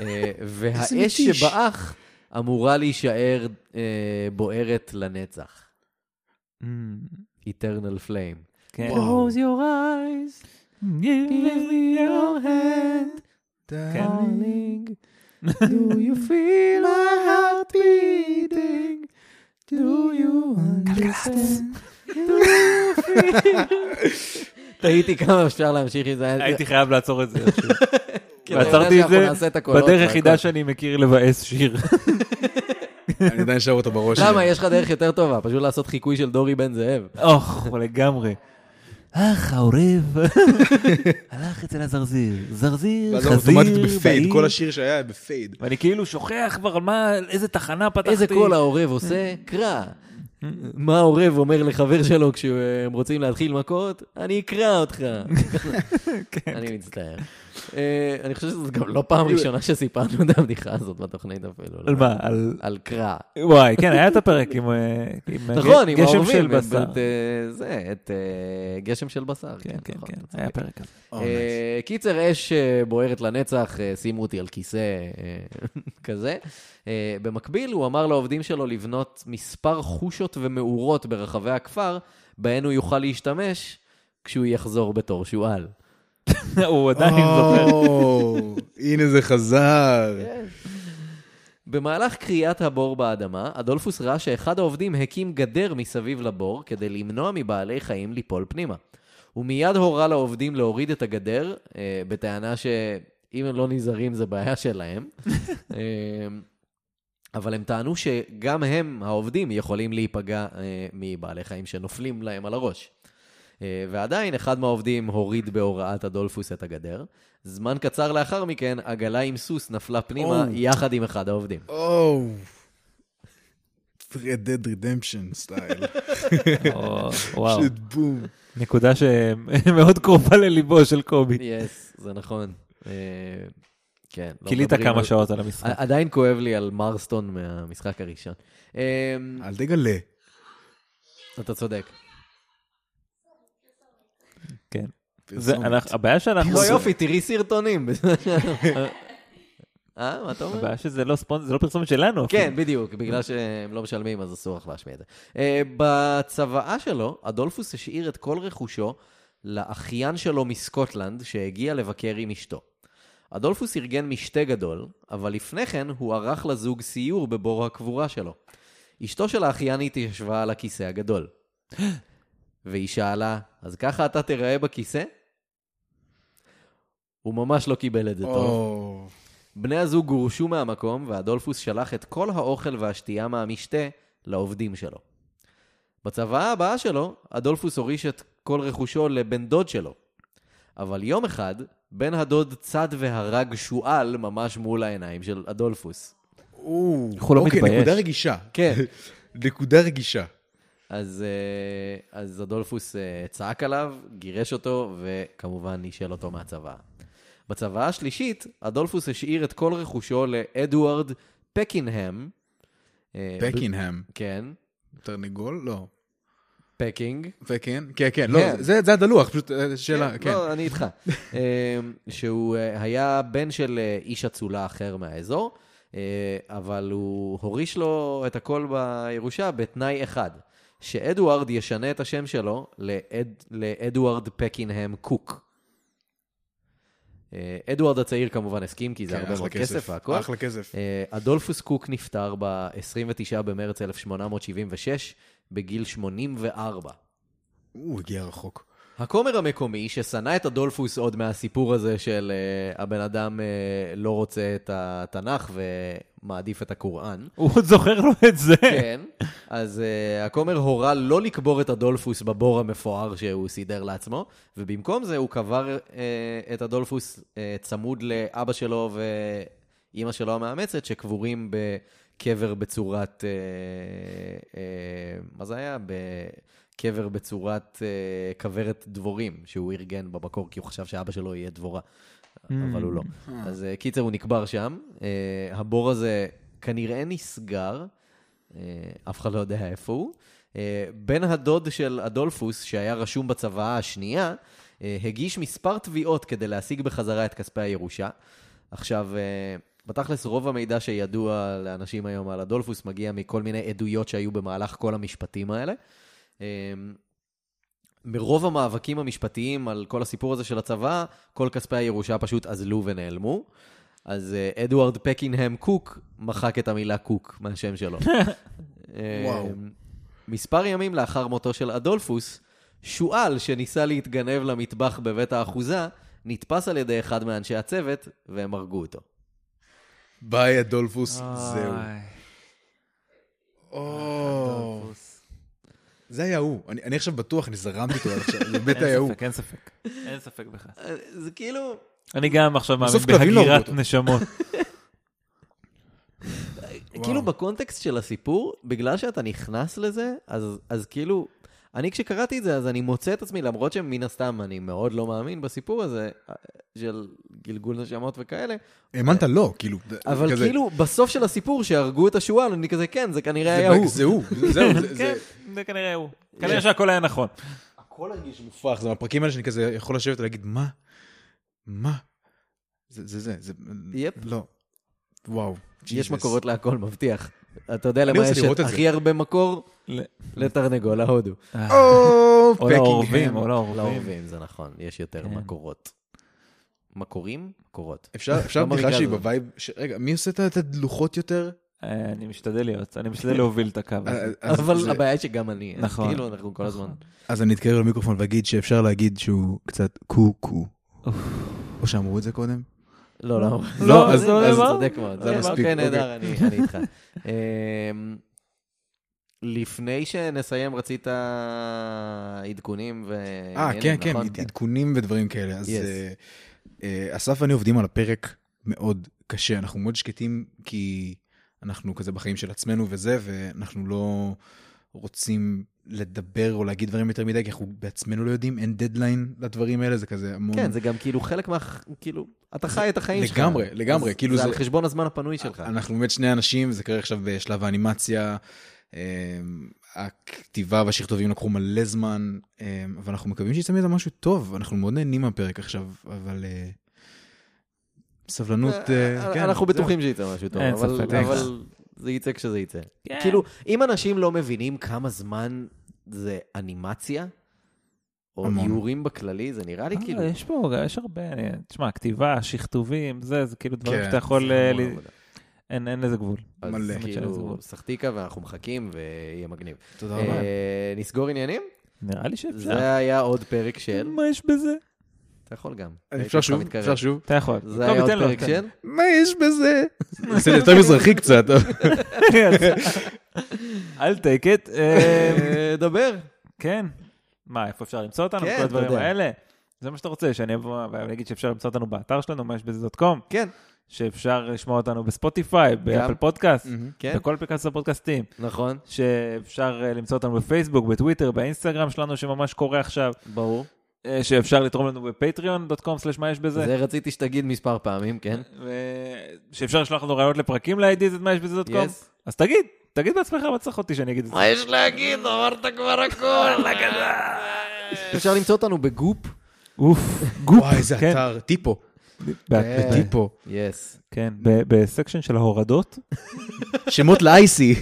Speaker 2: אה,
Speaker 3: איזה
Speaker 2: והאש
Speaker 3: מתיש.
Speaker 2: שבאח אמורה להישאר אה, בוערת לנצח. Eternal Flame.
Speaker 1: Mm, כן. Mm,
Speaker 3: וואו.
Speaker 2: Close your eyes,
Speaker 1: Give
Speaker 2: give me your hand,
Speaker 1: כן.
Speaker 2: darling. Do you feel my heart beating? Do you
Speaker 1: Mm.
Speaker 2: understand? Do you feel- תהיתי כמה אפשר להמשיך עם זה.
Speaker 1: הייתי חייב לעצור את זה. איכשהו.
Speaker 2: כן, אתה יודע
Speaker 1: ועצרתי את
Speaker 2: שאנחנו
Speaker 1: זה
Speaker 2: נעשה את הקולות
Speaker 1: בדרך
Speaker 2: והכל.
Speaker 1: היחידה שאני מכיר לבאס שיר.
Speaker 3: אני עדיין שר אותו בראש.
Speaker 2: למה? יש לך דרך יותר טובה, פשוט לעשות חיקוי של דורי בן זאב.
Speaker 1: אוח, לגמרי. אך, העורב הלך אצל הזרזיר. זרזיר,
Speaker 3: ואז
Speaker 1: חזיר,
Speaker 3: לא אוטומטית בפייד,
Speaker 1: בעיר.
Speaker 3: כל השיר שהיה בפייד.
Speaker 1: ואני כאילו שוכח כבר על מה, על איזה תחנה פתחתי.
Speaker 2: איזה קול העורב עושה? קרא. מה העורב אומר לחבר שלו כשהם רוצים להתחיל מכות? אני אקרא אותך.
Speaker 1: כן.
Speaker 2: אני מצטער. אה, אני חושב שזאת גם לא פעם ראשונה שסיפרנו את הבדיחה הזאת בתוכנית אפילו.
Speaker 1: על מה? על...
Speaker 2: על קרא.
Speaker 1: וואי, כן, היה את הפרק עם... אה, עם, אה,
Speaker 2: נכון, עם
Speaker 1: גשם
Speaker 2: העורבים.
Speaker 1: של
Speaker 2: את-
Speaker 1: בשר.
Speaker 2: את, אה, זה, את אה, גשם של בשר.
Speaker 1: כן, כן,
Speaker 2: נכון,
Speaker 1: כן,
Speaker 2: אתה
Speaker 1: היה
Speaker 2: צודק.
Speaker 1: פרק כזה.
Speaker 3: Oh,
Speaker 2: אה, קיצר, אש אה, בוערת לנצח, אה, שימו אותי על כיסא אה, כזה. אה, במקביל, הוא אמר לעובדים שלו לבנות מספר חושות ומאורות ברחבי הכפר, בהן הוא יוכל להשתמש כשהוא יחזור בתור שועל.
Speaker 1: הוא עדיין
Speaker 3: אה,
Speaker 1: זוכר. אה.
Speaker 3: או, הנה זה חזר.
Speaker 2: במהלך קריאת הבור באדמה, אדולפוס ראה שאחד העובדים הקים גדר מסביב לבור כדי למנוע מבעלי חיים ליפול פנימה. הוא מיד הורה לעובדים להוריד את הגדר, אה, בטענה שאם הם לא נזהרים זה בעיה שלהם. אה, אבל הם טענו שגם הם, העובדים, יכולים להיפגע אה, מבעלי חיים שנופלים להם על הראש. אה, ועדיין, אחד מהעובדים הוריד בהוראת אדולפוס את הגדר. זמן קצר לאחר מכן, עגלה עם סוס נפלה פנימה
Speaker 3: אוי.
Speaker 2: יחד עם אחד העובדים.
Speaker 3: או. Oh, Red Dead Redemption סטייל.
Speaker 1: או, וואו,
Speaker 3: אה, פשוט בום.
Speaker 1: נקודה שמאוד קרובה לליבו של קובי.
Speaker 2: יס, זה נכון. אה, כן. לא
Speaker 1: כילית
Speaker 2: מדברים
Speaker 1: כמה
Speaker 2: על-
Speaker 1: שעות על המשחק.
Speaker 2: עדיין כואב לי על מרסטון מהמשחק הראשון. אה,
Speaker 3: אל תגלה.
Speaker 2: אתה צודק.
Speaker 1: כן. זה,
Speaker 3: פרסומת.
Speaker 1: אנחנו- הבעיה שאנחנו...
Speaker 2: לא יופי, תראי סרטונים. אה, מה אתה אומר?
Speaker 1: הבעיה שזה לא ספונס, זה לא פרסומת שלנו.
Speaker 2: כן,
Speaker 1: אפילו.
Speaker 2: בדיוק, בגלל שהם לא משלמים, אז אסור לך להשמיע את זה. אה, בצוואה שלו, אדולפוס השאיר את כל רכושו לאחיין שלו מסקוטלנד, שהגיע לבקר עם אשתו. אדולפוס ארגן משתה גדול, אבל לפני כן הוא ערך לזוג סיור בבור הקבורה שלו. אשתו של האחיין התיישבה על הכיסא הגדול. והיא שאלה, אז ככה אתה תיראה בכיסא? הוא ממש לא קיבל את זה טוב.
Speaker 3: או,
Speaker 2: בני הזוג גורשו מהמקום, ואדולפוס שלח את כל האוכל והשתייה מהמשתה לעובדים שלו. בצוואה הבאה שלו, אדולפוס הוריש את כל רכושו לבן דוד שלו. אבל יום אחד, בן הדוד צד והרג שועל ממש מול העיניים של אדולפוס.
Speaker 3: או,
Speaker 1: איך הוא לא
Speaker 3: Oh. אוקיי,
Speaker 1: מתבייש?
Speaker 3: נקודה רגישה.
Speaker 2: כן.
Speaker 3: נקודה רגישה.
Speaker 2: אז, אה, אז אדולפוס אה, צעק עליו, גירש אותו, וכמובן נישל אותו מהצבא. בצבא השלישית, אדולפוס השאיר את כל רכושו לאדוארד פקינהם. אה, ב-
Speaker 3: פקינהם.
Speaker 2: כן,
Speaker 3: תרנגול? לא.
Speaker 2: פקינג.
Speaker 3: פקין? כן, כן, לא,
Speaker 2: כן.
Speaker 3: זה זה הדלוח, פשוט אה, שאלה, כן.
Speaker 2: לא, אני איתך. אה, שהוא אה, היה בן של אה, איש אצולה אחר מהאזור, אה, אבל הוא הוריש לו את הכל בירושה בתנאי אחד, שאדוארד ישנה את השם שלו לאד- לאדוארד פקינהם קוק. אה, אדוארד הצעיר כמובן הסכים, כי זה
Speaker 3: כן,
Speaker 2: הרבה
Speaker 3: אחלה
Speaker 2: מאוד כסף והכל.
Speaker 3: אחלה כסף.
Speaker 2: אה, אדולפוס קוק נפטר ב-29 במרץ 1876, בגיל 84.
Speaker 3: הוא הגיע רחוק.
Speaker 2: הכומר המקומי, ששנא את אדולפוס עוד מהסיפור הזה של uh, הבן אדם uh, לא רוצה את התנ"ך ומעדיף את הקוראן,
Speaker 1: הוא עוד זוכר לו את זה.
Speaker 2: כן, אז uh, הכומר הורה לא לקבור את אדולפוס בבור המפואר שהוא סידר לעצמו, ובמקום זה הוא קבר uh, את אדולפוס uh, צמוד לאבא שלו ואימא שלו המאמצת, שקבורים בקבר בצורת... Uh, uh, מה זה היה? בקבר בצורת uh, כוורת דבורים, שהוא ארגן במקור, כי הוא חשב שאבא שלו יהיה דבורה. אבל הוא לא. אז אה, קיצר, הוא נקבר שם. אה, הבור הזה כנראה נסגר, אה, אף אחד לא יודע איפה הוא. אה, בן הדוד של אדולפוס, שהיה רשום בצוואה השנייה, אה, הגיש מספר תביעות כדי להשיג בחזרה את כספי הירושה. עכשיו, אה, בתכלס, רוב המידע שידוע לאנשים היום על אדולפוס מגיע מכל מיני עדויות שהיו במהלך כל המשפטים האלה. אה, מרוב המאבקים המשפטיים על כל הסיפור הזה של הצבא, כל כספי הירושה פשוט אזלו ונעלמו. אז אה, אדוארד פקינהם קוק מחק את המילה קוק מהשם שלו. אה,
Speaker 3: וואו.
Speaker 2: מספר ימים לאחר מותו של אדולפוס, שועל שניסה להתגנב למטבח בבית האחוזה, נתפס על ידי אחד מאנשי הצוות, והם הרגו אותו.
Speaker 3: ביי, אדולפוס,
Speaker 2: אה,
Speaker 3: זהו.
Speaker 1: איי,
Speaker 3: או,
Speaker 1: אדולפוס.
Speaker 3: זה היה הוא. אני אני עכשיו בטוח, אני זרמתי אותו עד עכשיו, זה באמת היה
Speaker 1: אין
Speaker 3: הוא.
Speaker 1: ספק, אין ספק. אין ספק בכלל.
Speaker 2: אה, זה כאילו,
Speaker 1: אני גם עכשיו מאמין
Speaker 3: בסוף כלבים לא הרגו
Speaker 1: בהגירת
Speaker 3: אותו.
Speaker 1: נשמות.
Speaker 3: וואו.
Speaker 2: כאילו בקונטקסט של הסיפור, בגלל שאתה נכנס לזה, אז, אז כאילו, אני כשקראתי את זה, אז אני מוצא את עצמי, למרות שמן הסתם אני מאוד לא מאמין בסיפור הזה, אה, של גלגול נשמות וכאלה,
Speaker 3: האמנת לו, כאילו. זה-
Speaker 2: אבל
Speaker 3: כזה-
Speaker 2: כאילו, בסוף של הסיפור, שהרגו את השועל, אני כזה, כן, זה כנראה
Speaker 3: זה
Speaker 2: היה
Speaker 3: ב-
Speaker 2: הוא.
Speaker 3: זה הוא, זה- זהו, זה-
Speaker 1: כן,
Speaker 3: זה...
Speaker 1: זה כנראה הוא. כנראה שהכל היה נכון.
Speaker 3: הכל הרגיש מופרך, זה מהפרקים האלה שאני כזה יכול לשבת ולהגיד, מה? מה? זה זה, זה, זה...
Speaker 2: יפ.
Speaker 3: לא. וואו.
Speaker 2: יש
Speaker 3: Jesus.
Speaker 2: מקורות להכל, מבטיח. אתה יודע למה
Speaker 3: רוצה
Speaker 2: יש
Speaker 3: לראות
Speaker 2: את
Speaker 3: את זה.
Speaker 2: הכי הרבה מקור?
Speaker 1: ל-
Speaker 2: לתרנגול, ההודו.
Speaker 3: Oh, או,
Speaker 1: או לאורבים,
Speaker 3: פקינגהם.
Speaker 1: או לאורבים.
Speaker 2: לאהובים, זה נכון, יש יותר
Speaker 1: כן.
Speaker 2: מקורות. מקורים? מקורות.
Speaker 3: אפשר אפשר
Speaker 2: לא
Speaker 3: בדיחה
Speaker 2: מריקה
Speaker 3: שהיא
Speaker 2: הזאת.
Speaker 3: בווייב, ש- רגע, מי עושה את ה- את הדלוחות יותר?
Speaker 1: אה, אני משתדל להיות, אני משתדל להוביל את הקו. הזה.
Speaker 3: אה, אז-
Speaker 2: אבל
Speaker 3: זה-
Speaker 2: הבעיה היא שגם אני, אז
Speaker 1: נכון.
Speaker 2: כאילו אנחנו כל הזמן
Speaker 3: אז אני אתקרב למיקרופון ואגיד שאפשר להגיד שהוא קצת קו-קו. או שאמרו את זה קודם?
Speaker 2: לא, לא.
Speaker 3: לא, אז-
Speaker 2: זה-
Speaker 3: אז-
Speaker 2: זה צודק מאוד.
Speaker 3: זה
Speaker 2: זה
Speaker 3: מספיק,
Speaker 2: מספיק.
Speaker 3: אוקיי.
Speaker 2: נהדר, אני אני איתך. אמ, לפני שנסיים, רצית עדכונים ו... נכון?
Speaker 3: אה, כן, כן, עד- עדכונים ודברים כאלה. אז
Speaker 2: Yes.
Speaker 3: אה, אה, אסף ואני עובדים על הפרק מאוד קשה, אנחנו מאוד שקטים, כי אנחנו כזה בחיים של עצמנו וזה, ואנחנו לא רוצים לדבר או להגיד דברים יותר מדי, כי אנחנו בעצמנו לא יודעים, אין דדליין לדברים האלה, זה כזה המון...
Speaker 2: כן, זה גם כאילו חלק מה... כאילו, אתה חי את החיים שלך.
Speaker 3: לגמרי, לגמרי,
Speaker 2: אז
Speaker 3: כאילו
Speaker 2: זה...
Speaker 3: זה- אה,
Speaker 2: על חשבון הזמן הפנוי שלך.
Speaker 3: אנחנו באמת שני אנשים, זה קורה עכשיו בשלב האנימציה. אמ, הכתיבה והשכתובים לקחו מלא זמן, אמ, אבל אנחנו מקווים שיצא מזה משהו טוב, אנחנו מאוד נהנים מהפרק עכשיו, אבל אה, סבלנות, אה, כן.
Speaker 2: אנחנו
Speaker 3: זהו.
Speaker 2: בטוחים שיצא משהו טוב,
Speaker 1: אין
Speaker 2: אבל-
Speaker 1: ספק.
Speaker 2: אבל זה יצא כשזה יצא.
Speaker 1: כן.
Speaker 2: כאילו, אם אנשים לא מבינים כמה זמן זה אנימציה, או
Speaker 3: המון.
Speaker 2: איורים בכללי, זה נראה לי
Speaker 1: אה,
Speaker 2: כאילו...
Speaker 1: יש פה, יש הרבה, אני- תשמע, כתיבה, שכתובים, זה, זה כאילו דברים
Speaker 3: כן,
Speaker 1: שאתה יכול,
Speaker 2: זה
Speaker 1: אה,
Speaker 2: המון
Speaker 1: ל-
Speaker 2: עבודה.
Speaker 1: אין אין לזה גבול.
Speaker 2: אז
Speaker 3: מלא.
Speaker 2: כאילו, סחטיקה ואנחנו מחכים ויהיה מגניב.
Speaker 3: תודה רבה.
Speaker 2: אה, נסגור עניינים?
Speaker 1: נראה לי שאפשר.
Speaker 2: זה היה עוד פרק של...
Speaker 1: מה יש בזה?
Speaker 2: אתה יכול גם.
Speaker 3: אפשר שוב, אפשר שוב.
Speaker 1: אתה יכול.
Speaker 2: זה היה עוד
Speaker 1: טוב, תן לו,
Speaker 2: פרק
Speaker 1: תן.
Speaker 2: של...
Speaker 3: מה יש בזה? זה יותר מזרחי קצת.
Speaker 1: אל תייק את. אה,
Speaker 2: אה, דבר.
Speaker 1: כן. מה, איפה אפשר למצוא אותנו?
Speaker 2: כן,
Speaker 1: כל
Speaker 2: אתה
Speaker 1: הדברים
Speaker 2: יודע.
Speaker 1: האלה. זה מה שאתה רוצה, שאני אבוא ואני אגיד שאפשר למצוא אותנו באתר שלנו, מה יש בזה דוט קום,
Speaker 2: כן,
Speaker 1: שאפשר לשמוע אותנו בספוטיפיי, באפל פודקאסט,
Speaker 2: כן,
Speaker 1: בכל פיקס הפודקאסטים,
Speaker 2: נכון,
Speaker 1: שאפשר אה, למצוא אותנו בפייסבוק, בטוויטר, באינסטגרם שלנו, שממש קורה עכשיו,
Speaker 2: ברור.
Speaker 1: אה, שאפשר לתרום לנו בפטריון.com/ מה יש בזה.
Speaker 2: זה רציתי שתגיד מספר פעמים, כן.
Speaker 1: ו- שאפשר לשלוח לנו רעיונות לפרקים ל-IDs את מה יש בזה דוט קום?
Speaker 2: Yes.
Speaker 1: אז תגיד, תגיד בעצמך, מה צריך אותי שאני אגיד את זה?
Speaker 2: מה יש להגיד? אמרת כבר הכל. אפשר למצוא אותנו בגופ.
Speaker 1: אוף, גופ.
Speaker 3: וואי, איזה
Speaker 1: כן,
Speaker 3: אתר, טיפו.
Speaker 1: בא-
Speaker 2: כן.
Speaker 3: טיפו.
Speaker 2: יס.
Speaker 1: כן, ב- בסקשן של ההורדות.
Speaker 3: שמות לאייסי,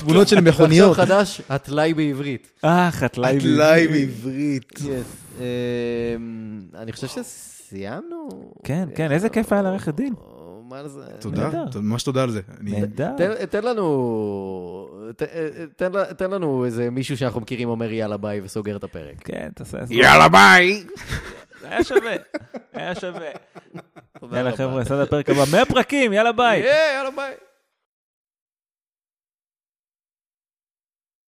Speaker 3: תמונות של
Speaker 2: ועכשיו
Speaker 3: מכוניות.
Speaker 2: חדש, הטלאי בעברית.
Speaker 1: אה, חטלאי.
Speaker 3: טלאי בעברית.
Speaker 2: יס. אמ, אני חושב שסיימנו.
Speaker 1: כן, כן, איזה כיף היה לעורכת דין.
Speaker 2: או, מה זה?
Speaker 3: תודה,
Speaker 1: נהדר.
Speaker 3: ת- ממש תודה על זה. אני-
Speaker 1: נהדר.
Speaker 2: תן- תן לנו, ת- אה, תן ל- תן לנו איזה מישהו שאנחנו מכירים אומר יאללה ביי וסוגר את הפרק.
Speaker 1: כן, תעשה...
Speaker 3: יאללה ביי.
Speaker 1: היה שווה, היה שווה.
Speaker 2: תודה
Speaker 1: יאללה
Speaker 2: רבה.
Speaker 1: חבר'ה, עשה את הפרק הבא. 100 פרקים, יאללה ביי.
Speaker 2: אה, יאללה ביי.